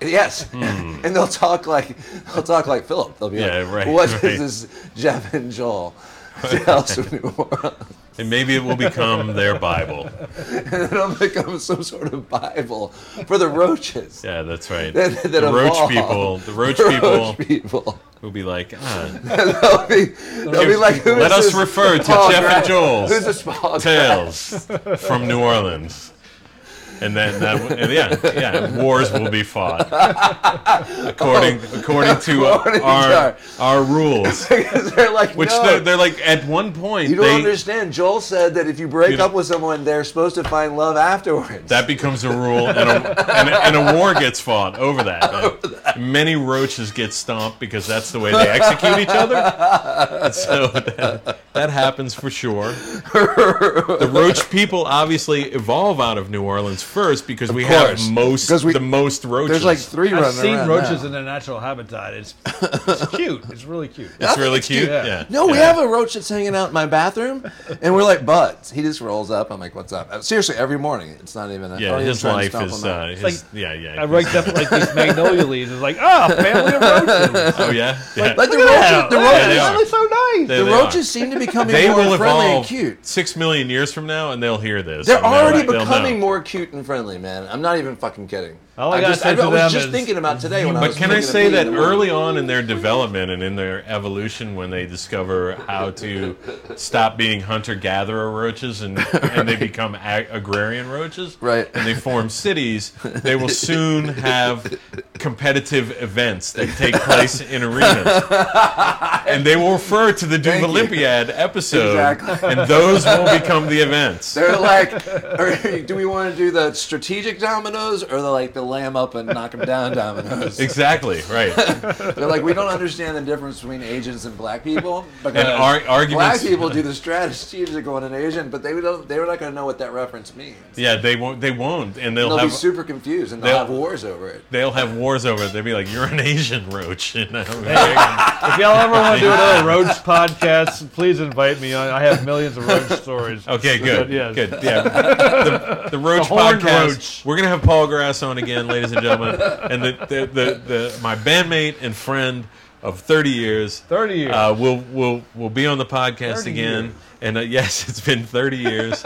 [SPEAKER 3] Yes,
[SPEAKER 1] Hmm.
[SPEAKER 3] and they'll talk like they'll talk like Philip. They'll be
[SPEAKER 1] Yeah,
[SPEAKER 3] like,
[SPEAKER 1] right,
[SPEAKER 3] "What is
[SPEAKER 1] right.
[SPEAKER 3] this Jeff and Joel?" Tales from New Orleans.
[SPEAKER 1] And maybe it will become their Bible.
[SPEAKER 3] And it'll become some sort of Bible for the roaches.
[SPEAKER 1] Yeah, that's right.
[SPEAKER 3] That, that
[SPEAKER 1] the roach
[SPEAKER 3] evolve.
[SPEAKER 1] people. The roach
[SPEAKER 3] The
[SPEAKER 1] people
[SPEAKER 3] Roach people.
[SPEAKER 1] will be like, ah,
[SPEAKER 3] They'll be, they'll be like, "Who
[SPEAKER 1] "Let
[SPEAKER 3] is
[SPEAKER 1] us
[SPEAKER 3] this
[SPEAKER 1] refer to
[SPEAKER 3] Paul
[SPEAKER 1] Jeff and
[SPEAKER 3] Grant?
[SPEAKER 1] Joel's
[SPEAKER 3] Who's this Paul Grant?"
[SPEAKER 1] tales from New Orleans." And then, that, and yeah, yeah, wars will be fought according according to
[SPEAKER 3] According to
[SPEAKER 1] our
[SPEAKER 3] our-
[SPEAKER 1] our rules.
[SPEAKER 3] Because they're like,
[SPEAKER 1] Which
[SPEAKER 3] no,
[SPEAKER 1] they're, they're like at one point
[SPEAKER 3] you don't
[SPEAKER 1] they,
[SPEAKER 3] understand. Joel said that if you break
[SPEAKER 1] You know-
[SPEAKER 3] up with someone, they're supposed to find love afterwards.
[SPEAKER 1] that becomes a rule, and a, and, a, and a war gets fought over that. Many roaches get stomped because that's the way they execute each other. And so that, that happens for sure. The roach people obviously evolve out of New Orleans first because we
[SPEAKER 3] course.
[SPEAKER 1] have most
[SPEAKER 3] 'Because we-
[SPEAKER 1] the most roaches.
[SPEAKER 3] there's like three
[SPEAKER 5] I've
[SPEAKER 3] running
[SPEAKER 5] seen
[SPEAKER 3] around
[SPEAKER 5] roaches
[SPEAKER 3] now.
[SPEAKER 5] in their natural habitat. It's, it's cute. It's really cute.
[SPEAKER 1] it's really cute.
[SPEAKER 5] yeah.
[SPEAKER 1] Yeah.
[SPEAKER 3] No, we
[SPEAKER 1] Yeah.
[SPEAKER 3] have a roach that's hanging out in my bathroom, and we're like buds. He just rolls up. I'm like, "What's up?" Uh, Seriously, every morning. It's not even. A,
[SPEAKER 1] Yeah,
[SPEAKER 3] I'm even
[SPEAKER 1] his
[SPEAKER 3] trying to
[SPEAKER 1] life
[SPEAKER 3] stomp
[SPEAKER 1] is.
[SPEAKER 3] him out.
[SPEAKER 1] Uh, his,
[SPEAKER 5] like-
[SPEAKER 1] yeah, yeah.
[SPEAKER 5] I raked up like these magnolia leaves. It's like, ah, family of roaches.
[SPEAKER 1] oh yeah. yeah.
[SPEAKER 3] like the
[SPEAKER 5] Look at
[SPEAKER 3] roaches,
[SPEAKER 5] that.
[SPEAKER 3] the
[SPEAKER 1] Yeah, they are.
[SPEAKER 3] roaches,
[SPEAKER 5] That looks so nice.
[SPEAKER 1] They-
[SPEAKER 3] the
[SPEAKER 1] they are.
[SPEAKER 3] roaches seem to be becoming
[SPEAKER 1] they
[SPEAKER 3] more
[SPEAKER 1] will
[SPEAKER 3] friendly and
[SPEAKER 1] evolve
[SPEAKER 3] cute.
[SPEAKER 1] six million years from now, and they'll hear this.
[SPEAKER 3] They're
[SPEAKER 1] and they'll-
[SPEAKER 3] already
[SPEAKER 1] they'll know.
[SPEAKER 3] becoming more cute and friendly, man. I'm not even fucking kidding.
[SPEAKER 5] All I gotta
[SPEAKER 3] just,
[SPEAKER 5] say
[SPEAKER 3] I
[SPEAKER 5] to
[SPEAKER 3] was
[SPEAKER 5] them
[SPEAKER 3] just
[SPEAKER 5] is-
[SPEAKER 3] thinking about today when I
[SPEAKER 1] But
[SPEAKER 3] was.
[SPEAKER 1] can I
[SPEAKER 3] looking at
[SPEAKER 1] say
[SPEAKER 3] me
[SPEAKER 1] that
[SPEAKER 3] in the morning.
[SPEAKER 1] early on in their development and in their evolution, when they discover how to stop being hunter-gatherer roaches and, and they become ag- agrarian roaches,
[SPEAKER 3] Right.
[SPEAKER 1] And they form cities, they will soon have competitive events that take place in arenas, and they will refer to the Duke
[SPEAKER 3] Thank you.
[SPEAKER 1] Olympiad episode,
[SPEAKER 3] Exactly.
[SPEAKER 1] and those will become the events.
[SPEAKER 3] They're like, "Are- do we want to do the strategic dominoes or the like the lamb up and knock 'em down dominoes?
[SPEAKER 1] Exactly right.
[SPEAKER 3] They're like, we don't understand the difference between Asians and black people. Because
[SPEAKER 1] And ar- arguments.
[SPEAKER 3] Black people do the strategic one in Asian, but they don't. They're not going to know what that reference means.
[SPEAKER 1] Yeah, they won't. They won't, and they'll,
[SPEAKER 3] They'll be
[SPEAKER 1] have
[SPEAKER 3] super confused and they'll
[SPEAKER 1] they'll-
[SPEAKER 3] have wars over it.
[SPEAKER 1] they'll have wars over it. They'll be like, "You're an Asian roach," and I'm like,
[SPEAKER 4] If y'all ever want to do another roach podcast, please invite me. I I have millions of roach stories.
[SPEAKER 1] "Okay, good,
[SPEAKER 4] yes.
[SPEAKER 1] good, yeah." The, the roach
[SPEAKER 4] horned
[SPEAKER 1] podcast.
[SPEAKER 4] roach.
[SPEAKER 1] We're gonna have Paul Grass on again, ladies and gentlemen, and the, the, the, the my bandmate and friend of 30 years,
[SPEAKER 4] 30 years.
[SPEAKER 1] uh, will will will be on the podcast
[SPEAKER 4] 30
[SPEAKER 1] again.
[SPEAKER 4] years.
[SPEAKER 1] And uh, yes, it's been 30 years,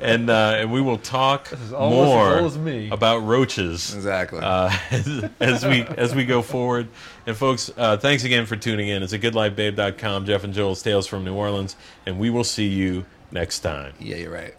[SPEAKER 1] and uh, and we will talk
[SPEAKER 4] almost as
[SPEAKER 1] more
[SPEAKER 4] old as me.
[SPEAKER 1] about roaches.
[SPEAKER 3] Exactly.
[SPEAKER 1] uh, as, as we as we go forward. And folks, uh, thanks again for tuning in. It's at goodlifebabe.com. Jeff and Joel's Tales from New Orleans, and we will see you next time.
[SPEAKER 3] yeah, you're right.